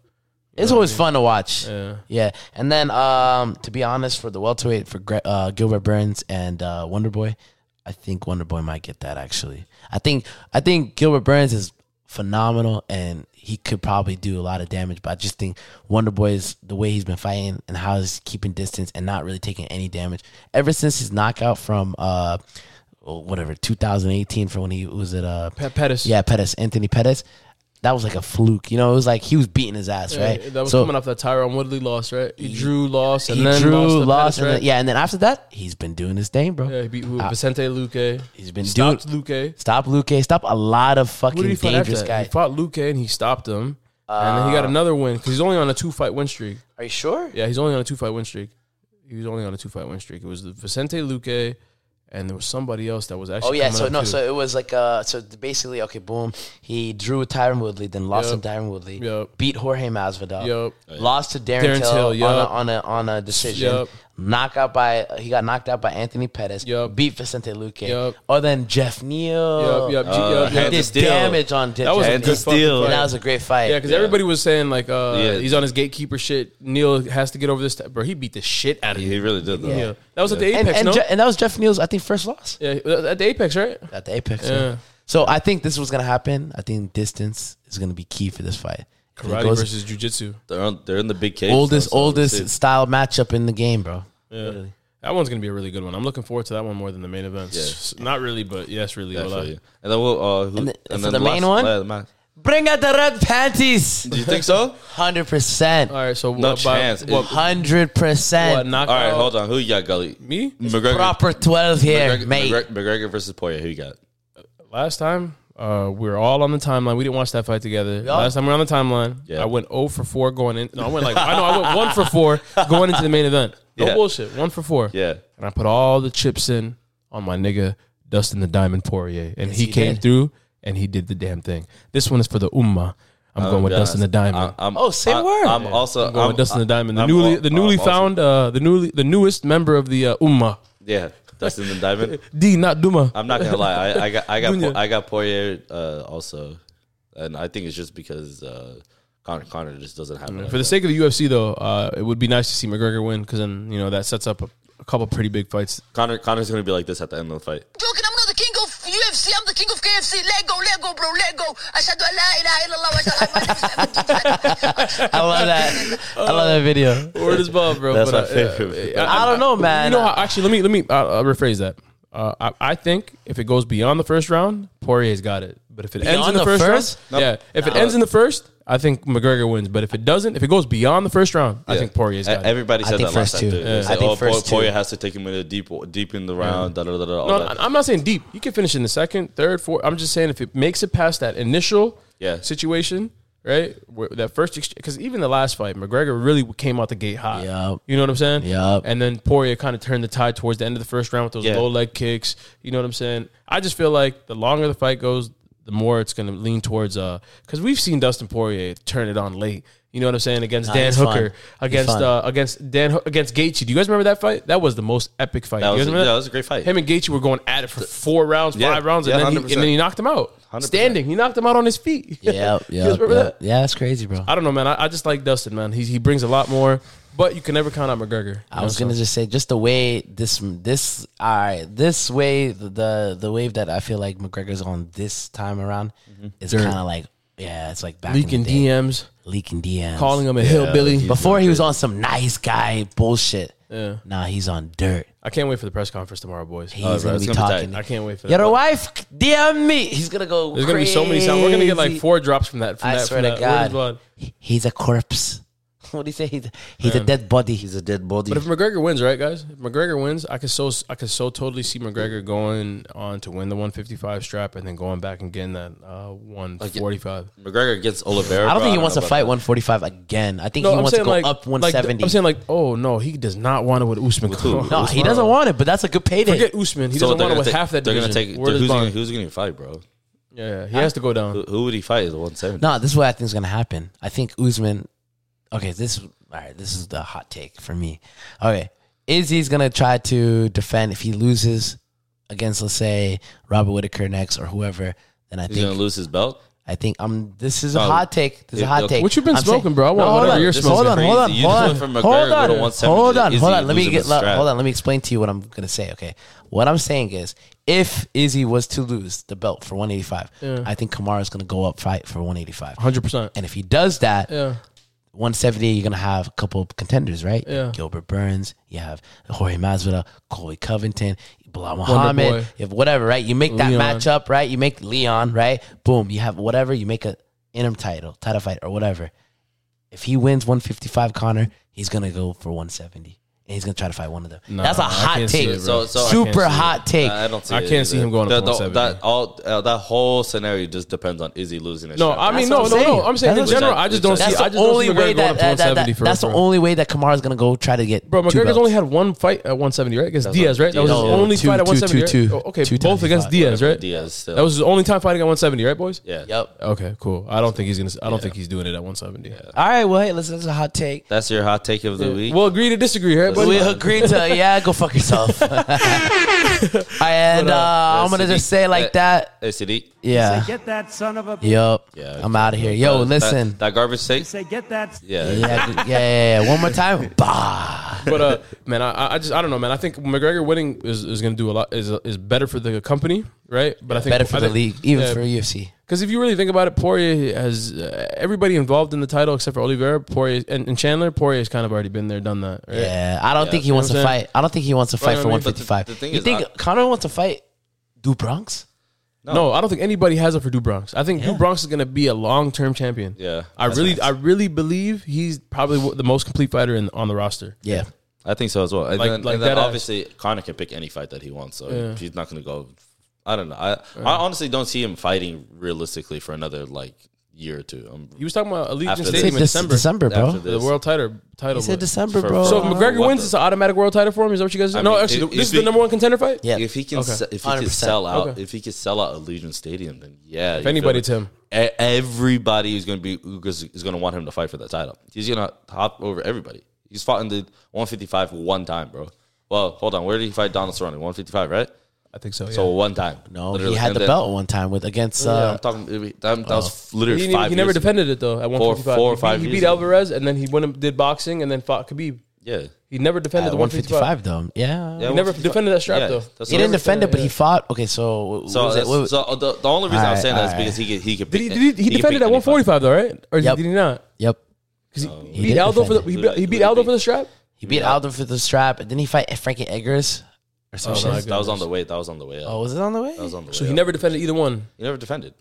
it's always fun to watch. yeah. Yeah, and then um, to be honest, for the welterweight for Gre- uh, Gilbert Burns and uh, Wonder Boy, I think Wonder Boy might get that. Actually, I think I think Gilbert Burns is phenomenal, and he could probably do a lot of damage. But I just think Wonder Boy is the way he's been fighting and how he's keeping distance and not really taking any damage ever since his knockout from uh, whatever 2018 from when he was at uh, Pe- Pettis. yeah Pettis Anthony Pettis. That was like a fluke, you know. It was like he was beating his ass, Yeah, right? That was coming off that Tyron Woodley loss, right? He, drew, lost, and he then drew, lost, lost, to Pettis, and right? then, yeah, and then after that, he's been doing his thing, bro. Yeah, he beat who? Vicente Luque. He's been Stopped doing. Luque. Stop Luke. eh? Stop a lot of Who did fucking he fight after dangerous Ah. that? guys. He fought Luque and he stopped him. and then he got another win because he's only on a two fight win streak. Are you sure? Yeah, he's only on a two fight win streak. He was only on a two fight win streak. It was the Vicente Luque, and there was somebody else that was actually. Oh yeah. coming So up, no. too. So it was like uh. So basically, okay, boom. He drew with Tyron Woodley, then lost Yup. to Tyron Woodley. Yup. Beat Jorge Masvidal. Yup. Oh, Lost to Darren, Darren Till, Till, yup. on, a, on a on a decision. Yup. Knocked out by he got knocked out by Anthony Pettis. Yup. Beat Vicente Luque. Yup. Or then Jeff Neal. Yup, yup, yup, He yup. Hands did of steel. damage on That was a Jeff good Neal. Hands of steel. fucking And fight. that was a great fight. Yeah, because everybody was saying like, uh, Yeah. he's on his gatekeeper shit. Neil has to get over this. T- bro, he beat the shit out of He you. really did, though. Yeah. that was at the and, apex. and, no, Je- and that was Jeff Neal's, I think, first loss yeah, uh, at the apex, right? at the Apex. Yeah. yeah. So I think this was gonna happen. I think distance is gonna be key for this fight. If it Karate goes- versus jujitsu. They're, on, they're in the big cage. oldest though, so we'll oldest see. style matchup in the game, bro. Yeah. That one's gonna be a really good one. I'm looking forward to that one more than the main event. Yeah. S- Not really, but yes, really. well, uh, Definitely. And then we'll. Uh, who, And and the- for then the main last- one? uh, the man- Bring out the red panties. Do you think so? Hundred percent. All right, so No what, by- chance. What, It- Hundred what percent. All knockout? right, hold on. Who you got, Gully? Me McGregor. Proper twelve here, McGregor, mate. McGregor, McGregor versus Poirier. Who you got? last time. Uh, we were all on the timeline. We didn't watch that fight together. Last time we were on the timeline. Yeah. I went 0 for 4 going in. No, I went like I know I went 1 for 4 going into the main event. No Yeah. bullshit. 1 for 4. Yeah. And I put all the chips in on my nigga Dustin the Diamond Poirier and he, he came did. through and he did the damn thing. This one is for the Ummah. I'm going with Dustin the Diamond. Oh, I, am Oh, same I, word. I'm also I'm going with Dustin the Diamond, the newly the newly found uh, the newly the newest member of the uh, Ummah. yeah, Dustin the Diamond. D not Duma. I'm not gonna lie. I, I got I got Dunya. po- I got Poirier uh, also, and I think it's just because uh, Connor Connor just doesn't have it. For the sake of the UFC, though, uh, it would be nice to see McGregor win because then you know that sets up a, a couple pretty big fights. Connor Connor's gonna be like this at the end of the fight. Look, and I'm not the king of fucking UFC. I'm the king of KFC. Let go, let go, bro, let go. Ashhadu an la ilaha illallah. wa ashhadu anna Muhammadan rasulullah. I love that. I love that video. Word is bond, bro. That's But, my uh, yeah. favorite. I don't know, man. You know, how, actually, let me let me uh, uh, rephrase that. Uh, I, I think if it goes beyond the first round, Poirier's got it. But if it ends in Beyond the, the first, first? round, yeah. If it ends in the first, I think McGregor wins. But if it doesn't, if it goes beyond the first round, I think Poirier's E- got it. Everybody I said think that last first two. time. Too. Yeah. They said, I think oh, first Poy- two. Poyer has to take him in a deep, deep in the round. Da, da, da, da, all No, that. I'm not saying deep. You can finish in the second, third, fourth. I'm just saying if it makes it past that initial Yeah. situation, right? Where that first because even the last fight, McGregor really came out the gate hot. Yup. You know what I'm saying? Yup. And then Poirier kind of turned the tide towards the end of the first round with those Yeah. low leg kicks. You know what I'm saying? I just feel like the longer the fight goes, the more it's going to lean towards uh because we've seen Dustin Poirier turn it on late. You know what I'm saying against Nah, Dan he's fun. Hooker, He's against fun. uh, against Dan Ho- against Gaethje. Do you guys remember that fight? That was the most epic fight. That You was- guys remember yeah, that was a great fight. Him and Gaethje were going at it for four rounds, Yeah, five rounds, and, yeah, then he, 100%. and then he knocked him out 100%. standing. He knocked him out on his feet. Yeah, you yeah, guys remember yeah. that? Yeah, that's crazy, bro. I don't know, man. I, I just like Dustin, man. He he brings a lot more, but you can never count out McGregor. I was gonna just say just the way this this all right this way the the wave that I feel like McGregor's on this time around is kind of like yeah it's like back Mm-hmm. leaking in the day. DMs, leaking DMs calling him a hillbilly. before he was on some nice guy bullshit yeah now he's on dirt I can't wait for the press conference tomorrow, boys. he's bro, gonna it's be gonna be talking tight. I can't wait for that. your wife DM me he's gonna go There's gonna be so many sounds. We're gonna get like four drops from that. From I that, swear from to that. Word God. is bond. he's a corpse what do you say he's, he's a dead body he's a dead body But if McGregor wins, right, guys? If McGregor wins, I could so I could so totally see McGregor going on to win the 155 strap and then going back and getting that uh, 145. McGregor against Oliveira. I don't think he bro, wants to know fight about 145 again I think No, he I'm wants to saying go like up like, 170 I'm saying like, oh no, he does not want it with Usman. who? No, he doesn't want it, but that's a good payday. Forget Usman. He that. So doesn't they're want it gonna with take- half that They're division. gonna take. Word is Who's gonna, bond. who's gonna fight, bro? yeah, he has to go down. Who, who would he fight? Is one seventy? No, this is what I think is going to happen. I think Usman. Okay, this all right. This is the hot take for me. Okay, Izzy's going to try to defend if he loses against, let's say, Robert Whitaker next or whoever. Then I He's gonna think lose his belt. I think I'm. This is a No. hot take. This is a hot Yeah, take. What you been I'm smoking, bro? I want hold whatever on, you're just smoking. Hold on, hold on, Crazy. You just went hold on, from hold McGregor on, to 170 hold to on, Izzy hold on. Let me losing get. the Let, strap. hold on. Let me explain to you what I'm gonna say. Okay, what I'm saying is, if Izzy was to lose the belt for 185, I think Kamara's gonna go up fight for 185. 100%. And if he does that, Yeah. 170, you're going to have a couple of contenders, right? Yeah. Gilbert Burns, you have Jorge Masvidal, Colby Covington, Bilal Muhammad, if whatever, right? You make that Leon. matchup, right? You make Leon, right? Boom, you have whatever, you make a interim title, title fight, or whatever. If he wins 155, Connor, he's going to go for 170. And he's going to try to fight one of them. That's a I hot can't see take. it, bro. So- so I can't Super see hot take. I don't see. I it can't see either. him going up That- to 170. that- That all uh, that whole scenario just depends on Izzy losing. his No, strap. I mean, That's no, what no, I'm no. saying. I'm saying in That's general, what- I just don't that's that's see. I the just don't only see way McGregor going up that, that, to that, 170 for that's the for- only way that Kamara's gonna go try to get. Bro, two McGregor's belts. only had one fight at 170, right? Against That's Diaz, right? That was his No, only two- fight at two- 170. two- right? two. Oh, okay, Two times both he against fought, Diaz, right? Diaz. Still. That was his only time fighting at 170, right, boys? yeah. Yep. Okay, cool. I don't think he's gonna. I don't think he's doing it at 170. All right. Well, hey, listen. That's a hot take. That's your hot take of the week. We'll agree to disagree, right? buddy? We uh, agreed to yeah. Go fuck yourself. and uh, I'm gonna Sadiq, just say like that. Hey, Sadiq. Yeah. Get that son of a. Yep. Yeah, I'm out of here. Yo, uh, That- listen. that, that garbage take. Say, get that. Yeah, yeah, yeah, yeah, yeah. One more time. Bah. but uh, man, I, I just I don't know, man. I think McGregor winning is, is going to do a lot is is better for the company, right? But I think Better for I the think- league, even yeah, for UFC. Because if you really think about it, Poirier has uh, everybody involved in the title except for Oliveira, Poirier, and, and Chandler. Poirier's kind of already been there, done that. Right? Yeah, I don't think he wants You know to what I'm fight. I don't think he wants to fight I for mean, but the- 155. the thing you is, think I- Conor wants to fight Du Bronx? No, I don't think anybody has it for Du Bronx. I think Du Bronx is going to be a long term champion. Yeah, I that's really, nice. I really believe he's probably w- the most complete fighter in, on the roster. Yeah. I think so as well. And Like- then, like and then that ass. obviously Connor can pick any fight that he wants, so he's not going to go. I don't know. I, I honestly don't see him fighting realistically for another like year or two. Um, He was talking about Allegiant After He Stadium said in this- December. December, bro. After the this. world title. Title. He said but- December, For- bro. So if McGregor What wins, the- it's an automatic world title for him. Is that what you guys? I no, mean, actually, if- this if is he- the number one contender fight. Yeah. If he can, Okay. se- if he can 100%. sell out, Okay. if he can sell out Allegiant Stadium, then yeah. If anybody, Tim. E-, everybody is going to be who is going to want him to fight for that title. He's going to hop over everybody. He's fought in the 155 one time, bro. Well, hold on. Where did he fight Donald Cerrone? 155, right? I think so. So one time. No, Literally. he had And the then- Oh, belt one time with against. Yeah, Uh, Oh. I'm talking. That, that was literally He, five. he never years ago. defended it though at Four- 155. four he, or beat- five he years beat ago. Alvarez and then he went and did boxing and then fought Khabib. Yeah. He never defended At the 155 155. though. Yeah. Yeah, He never 155. defended that strap, though. that's He what didn't I'm saying. defend it, but he yeah. fought. Okay, so what was So, it? What- that's- so uh, the, the only reason I'm Alright, saying that is alright. because he could, he could Did beat. he, did he, he could defended beat at 145 though, right? Or Yep. did he not? yep. Because he, He beat did Aldo for the defend he it. beat, he Who beat did Aldo he for the strap. He beat Aldo for the strap, and then he fight Frankie Eggers or some Oh, shit. my anybody. That was on goodness. the way. That was on the way. Up. Oh, was it on the way? that was on the way. So he up. never defended either one. he never defended.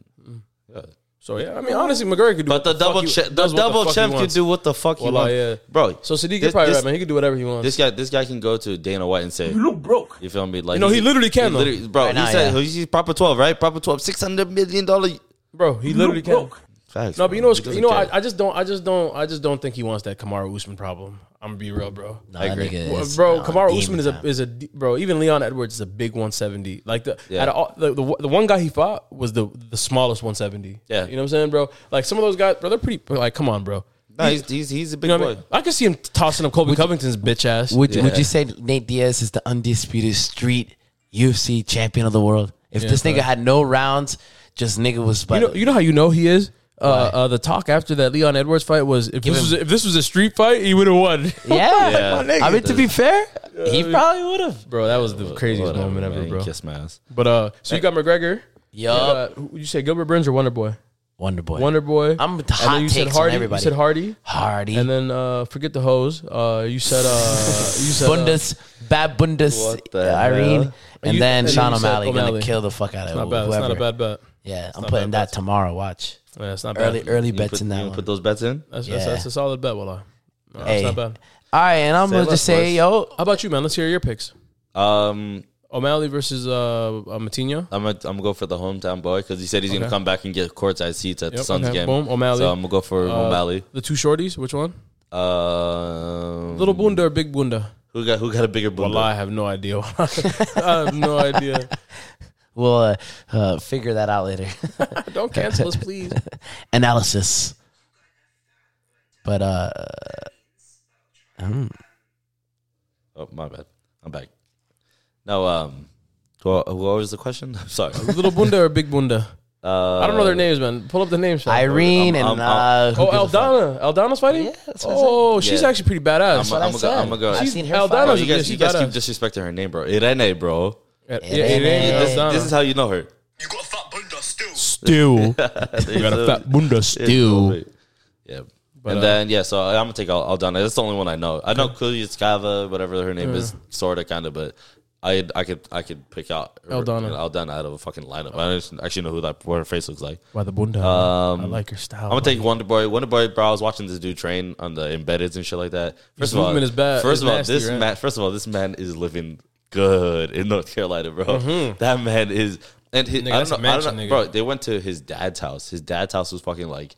So yeah, I mean honestly, McGregor could do. But the fuck double he- champ, the does what double fuck he champ can wants. do what the fuck he Wallah, wants, yeah. bro. So Sadiq is this- probably this- right, man. He could do whatever he wants. This guy, this guy can go to Dana White and say, "You look broke." You feel me? Like, You know, he literally can, though. bro. Right he now, said yeah. he's he's proper twelve, right? Proper twelve, six hundred million dollar bro, he literally can. facts. No, but you know, bro. what's, He doesn't you know, care. I, I just don't, I just don't, I just don't think he wants that Kamara Usman problem. I'm gonna be real, bro. Nah, I agree. that nigga Well, is bro, on Kamara demon Usman is a time. is a d- bro. Even Leon Edwards is a big 170. Like the Yeah. out of all, the, the the one guy he fought was the the smallest 170. Yeah. you know what I'm saying, bro. Like some of those guys, bro, they're pretty. Like, come on, bro. No, he's, he's he's a big You know boy. what I mean? I could see him tossing up Kobe Covington's bitch ass. Would Yeah. Would you say Nate Diaz is the undisputed street UFC champion of the world? If this nigga fact. had no rounds, just nigga was. you know, you know how you know he is. Uh, uh, the talk after that Leon Edwards fight was if Give this him- was, a, if this was a street fight, he would have won. Yeah. yeah. My nigga. I mean, to be fair, he probably would have. bro, that was the craziest Whatever, moment ever, man. He bro. Kiss my ass. But uh, so you got McGregor. Yup. Uh, who- you say Gilbert Burns or Wonder Boy? Wonder Boy. Wonder Boy. I'm with the And then hot you takes said on Hardy. everybody. You said Hardy. Hardy. And then uh, forget the hose. Uh, you said uh, you said uh, Bundes, bad Bundes, What the Irene, hell? and You- then and Sean you said O'Malley, gonna O'Malley. kill the fuck out of not whoever. bad. It's not a bad bet. Yeah, I'm not putting bad that tomorrow. Watch Yeah, it's not bad. early, early You bets put, in you that gonna one. put those bets in. That's, Yeah. that's, that's a solid bet, Wallah. No, Hey. It's not bad. All right, and I'm Say gonna less, just say, boys. yo, How about you, man? Let's hear your picks. Um, O'Malley versus uh, uh Matinho. I'm gonna I'm gonna go for the hometown boy because he said he's gonna Okay. come back and get courtside seats at the Yep, Suns okay. game. Boom, O'Malley. So I'm gonna go for Uh, O'Malley. The two shorties. Which one? Um, Little Bunda or Big Bunda? who got who got a bigger boom? Wallah, I have no idea. I have no idea. we'll uh, uh, figure that out later. Don't cancel us, please. Analysis, but uh, Oh my bad, I'm back. No, um, what, what was the question? I'm sorry. Little Bunda or Big Bunda? Uh, I don't know their names, man. Pull up the names. fam. Irene and I'm- uh, I'm- who Oh, gives a fuck? Eldana. Eldana's fighting. Yeah, that's what I said. oh, she's Yeah. actually pretty badass. I'm a- That's what I I'm gonna said. go- I've She's- seen her. Eldana's fight. Bro, Eldanos Oh, you is- guys, she's you guys keep badass. disrespecting her name, bro. Irene, bro. Yeah, Yeah, it is. Aldana. This is how you know her. You got fat bunda still. stew. You got a fat bunda stew. Yeah. uh, and then yeah, so I'm gonna take Al- Aldana. That's the only one I know. I know Kulitskava, whatever her name is, sorta, kinda, but I I could I could pick out her- Aldana. Aldana out of a fucking lineup. I don't actually know who that what her face looks like. By the bunda. Um, I like your style. I'm gonna take Wonder Boy. Wonder Boy, bro. I was watching this dude train on the embeddeds and shit like that. First His of all, movement is bad- First is of all, nasty, this right? man. First of all, this man is living good in North Carolina, bro. That man is. And his, I that's don't a know, I mansion, don't know, Mm-hmm. nigga. bro. They went to his dad's house. His dad's house was fucking like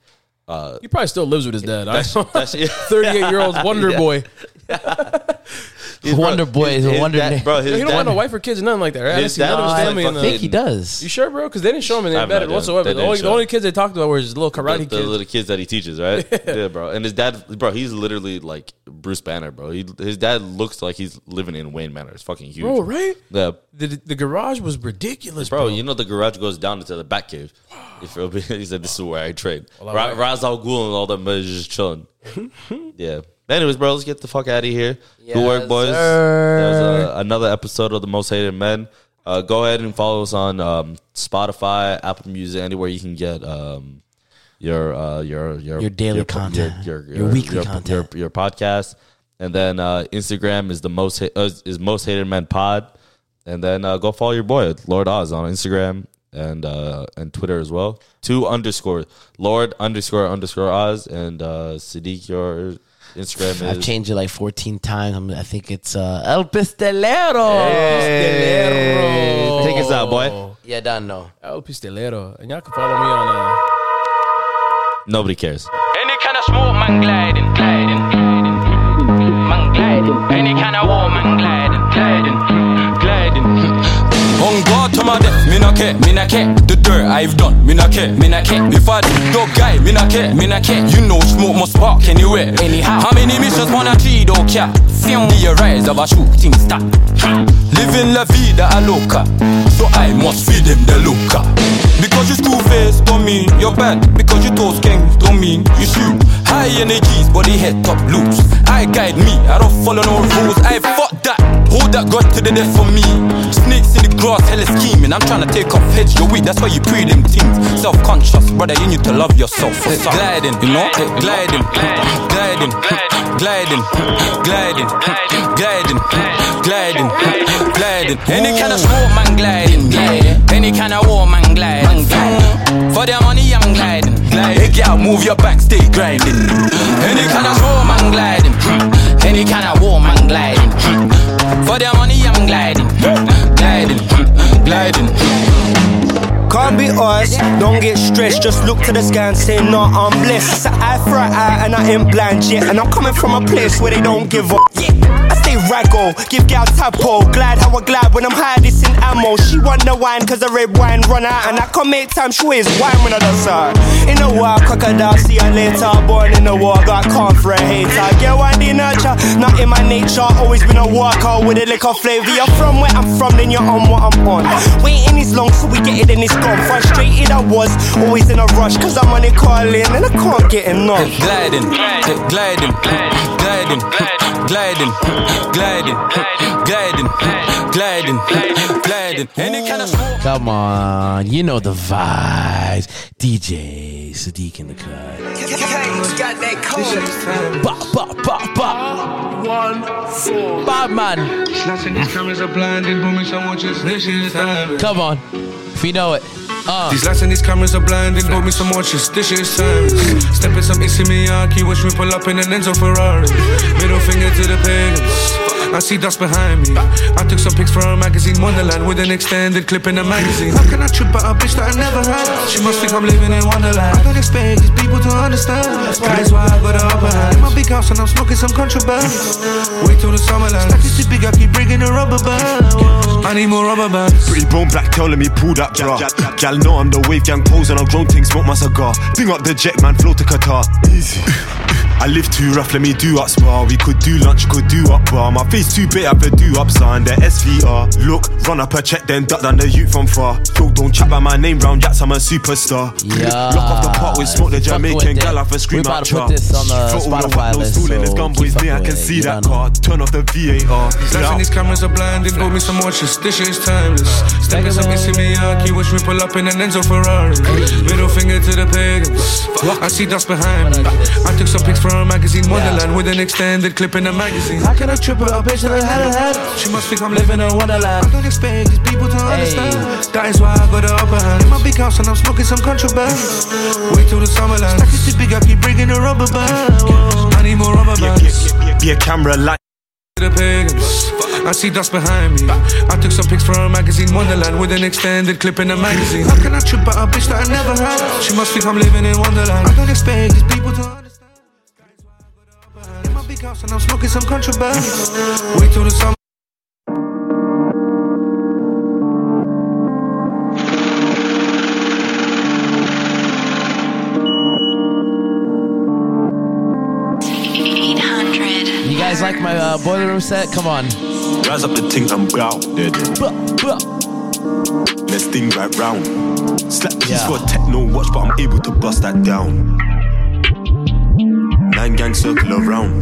He probably still lives with his dad. that shit- 38 year old Wonder Boy. his Wonder Boy is a his wonder dad- name. bro. His He don't dad, want no wife or kids or nothing like that. Right? I His see none of dad his was family like in I fucking- the. think he does. You sure, bro? Because they didn't show him in the I have no embedded idea. whatsoever. They The didn't only, show the only kids they talked about were his little karate the, the kids. little kids that he teaches, right? yeah, bro. And his dad, bro, he's literally like Bruce Banner, bro. He, his dad looks like he's living in Wayne Manor. It's fucking huge, bro, Oh, right? Yeah, The, the garage was ridiculous, bro. bro, You know the garage goes down into the back cave. You feel me? He said, "This is where I trade." Ra- right. Ra's al Ghul and all them is just chilling. yeah. Anyways, bro, let's get the fuck out of here. Good work, boys. That was uh, another episode of the Most Hated Men. Uh, go ahead and follow us on um, Spotify, Apple Music, anywhere you can get um, your, uh, your your Your daily po- content. your, Your weekly content. your, your podcast, and then uh, Instagram is the most ha- uh, is Most Hated Men Pod. And then uh, go follow your boy Lord Oz on Instagram and uh, and Twitter as well. Two underscore Lord underscore underscore Oz and uh, Sadiq your Instagram I've is changed it like 14 times. I'm, I think it's uh, El Pistolero. Pistolero. Take us out, boy. Yeah, done. No. El Pistolero. And y'all can follow me on. Uh, Nobody cares. Any kind of smoke, man gliding, gliding, gliding. Man gliding. Any kind of war, man gliding, gliding, gliding. On guard to my death, me no care, me no care. The do girl, I've done. Me not care, me not care. If I do, dog guy, me not care, me not care. You know, smoke must spark anywhere. Anyhow, how many missions wanna cheat, don't care. Feel the rise of a shooting star. Ha! Living la vida a loca, so I must feed him the loca. Because you school face don't mean you're bad. Because you toast kings don't mean you shoot. High energies, body head top loose. I guide me, I don't follow no rules. I fuck that. Hold that God to the death for me. Snakes in the grass, hella scheming. I'm trying to take off heads your weak. That's why you pre them things. Self conscious, brother, you need to love yourself. Hey, gliding, you know? Hey, gliding, gliding, gliding, gliding, gliding, gliding, gliding. Any kind of sport, man, gliding. Any kind of war, man, gliding. For their money, I'm gliding. Hey, girl, move your back, stay grinding. Any kind of sport, man, gliding. Any kind of war, man, gliding. For their money, I'm gliding, gliding, gliding. Can't be us, don't get stressed. Just look to the sky and say, no, I'm blessed. So I fry out and I ain't blind yet. And I'm coming from a place where they don't give up. Yeah. I stay raggle, give gal tapo. Glad how I glide when I'm high, this in ammo. She want the wine, cause the red wine run out. And I come make time, she is wine when I does her. In a war, crocodile, see her later. Born in a war, got calm for a hater. Girl, I did nurture, not in my nature. Always been a walker with a liquor flavor. You're from where I'm from, then you're on what I'm on. Waiting is long, so we get it and it's gone. Frustrated I was, always in a rush, cause I'm on it calling and I can't get enough. Gliding, gliding, gliding, gliding, gliding, gliding, gliding, gliding. Any kind of sport. Come on, you know the vibes. DJ Sadiq in the cut. Ba ba ba ba. One four. Bad man, Flashing these cameras are blinding, booming, so much is this is time. come on. If you know it, uh, These lights and these cameras are blinding, but me some watches, this shit is silence. Step in some Issey Miyake, watch me pull up in an Enzo Ferrari. Middle finger to the pagans. I see dust behind me. I took some pics for a magazine, Wonderland, with an extended clip in the magazine. How can I trip out a bitch that I never had? She must think I'm living in Wonderland. I don't expect these people to understand. That's why I got the upper hand. In my big house and I'm smoking some contraband. Wait till the summerland. Stack is too big, I keep bringing a rubber band. I need more rubber bands. Pretty brown black girl, let me pull that bra. Gal, know I'm the wave gang pose and I'll grown things, smoke my cigar. Bring up the jet, man, flow to Qatar. Easy. I live too rough, let me do up spa. We could do lunch, could do up bar. My face too big, I could do up sign. The SVR. Look, run up a check, then duck down the youth from far. Yo, don't chat by my name round yaks, I'm a superstar. Yeah. Lock off the part with smoke, the Fucking with Jamaican it. gal off a scream We're about out to put char. this on the Throttle off, Spotify no list, stool in so this keep gunboy's fucking knee, I with can it, see you that know. car. Turn off the VAR. Flashing Yeah. these cameras are blinding, hold me some watches, this shit is timeless. Step in some Issey Miyake, watch me pull up in an Enzo Ferrari. Middle finger to the pagans. I see dust behind me. I took some pics for a magazine, Wonderland, with an extended clip in the magazine. How can I trip with a bitch that I had a head? She must think I'm living in Wonderland. I don't expect these people to understand. That is why I got the upper hand. In my big house and I'm smoking some contraband. Wait till the summerland. Stack is too big, I keep bringing a rubber band. I need more rubber Be a- bands be a- Be a camera light. to the pagans. I see dust behind me. I took some pics for a magazine, Wonderland, with an extended clip in the magazine. How can I trip out a bitch that I never had? She must think I'm living in Wonderland. I don't expect these people to understand. Guys, why I got the upper hand? In my big house and I'm smoking some contraband. Wait till the summer. you guys like my uh, boiler room set? Come on. Rise up the things I'm grounded. Let's thing right round. Slap piece Yeah. for a techno watch, but I'm able to bust that down. Nine gang circle around.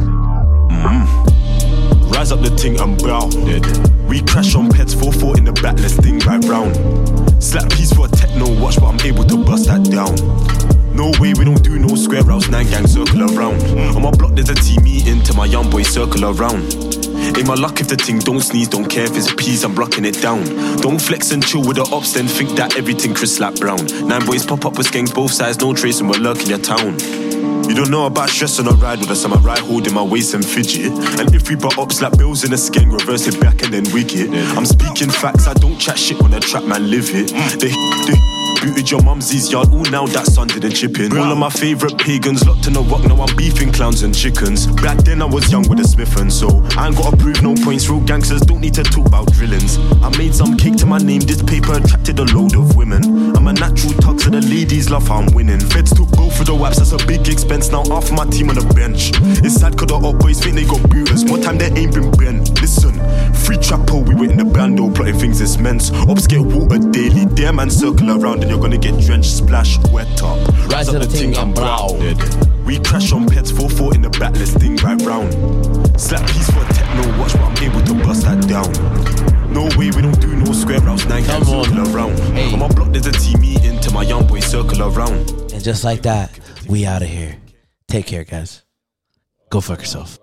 Mm. Rise up the thing I'm grounded. We crash on pets 4-4 in the back, let's thing right round. Slap piece for a techno watch, but I'm able to bust that down. No way, we don't do no square routes, nine gang circle around. On my block, there's a team meeting till my young boy circle around. In my luck, if the thing don't sneeze, don't care if it's peas, I'm blocking it down. Don't flex and chill with the ops, then think that everything Chris Slap Brown. Nine boys pop up with gangs both sides, no tracing, we're lurking your town. You don't know about stress on a ride with a samurai holding my waist and fidget. And if we butt up, slap bills in a skeng, reverse it back and then wig it. I'm speaking facts, I don't chat shit on the trap, man, live it. They, they Booted your mumsies yard, all now that's under the chipping. All of my favourite pagans locked in a rock, now I'm beefing clowns and chickens. Back then I was young with a smith and so I ain't gotta prove no points. Real gangsters don't need to talk about drillings. I made some cake to my name, this paper attracted a load of women. I'm a Natural tucks of the ladies love how I'm winning. Feds took both of the waps, that's a big expense. Now half my team on the bench. It's sad cause the up boys think they got booters. More time they ain't been bent. Listen, free trapper, we were in the bando, plotting things it's men's. Ops get water daily, there man circle around and you're gonna get drenched, splash, wet up. Rise up the thing, I'm grounded. We crash on pets, 4-4 in the back, let's thing right round. Slap piece for techno, watch what I'm able to bust that down. No way, we don't do no square routes, nine times circle around. Hey. From my block, there's a team meeting to my young boy circle around. And just like that, we out of here. Take care, guys. Go fuck yourself.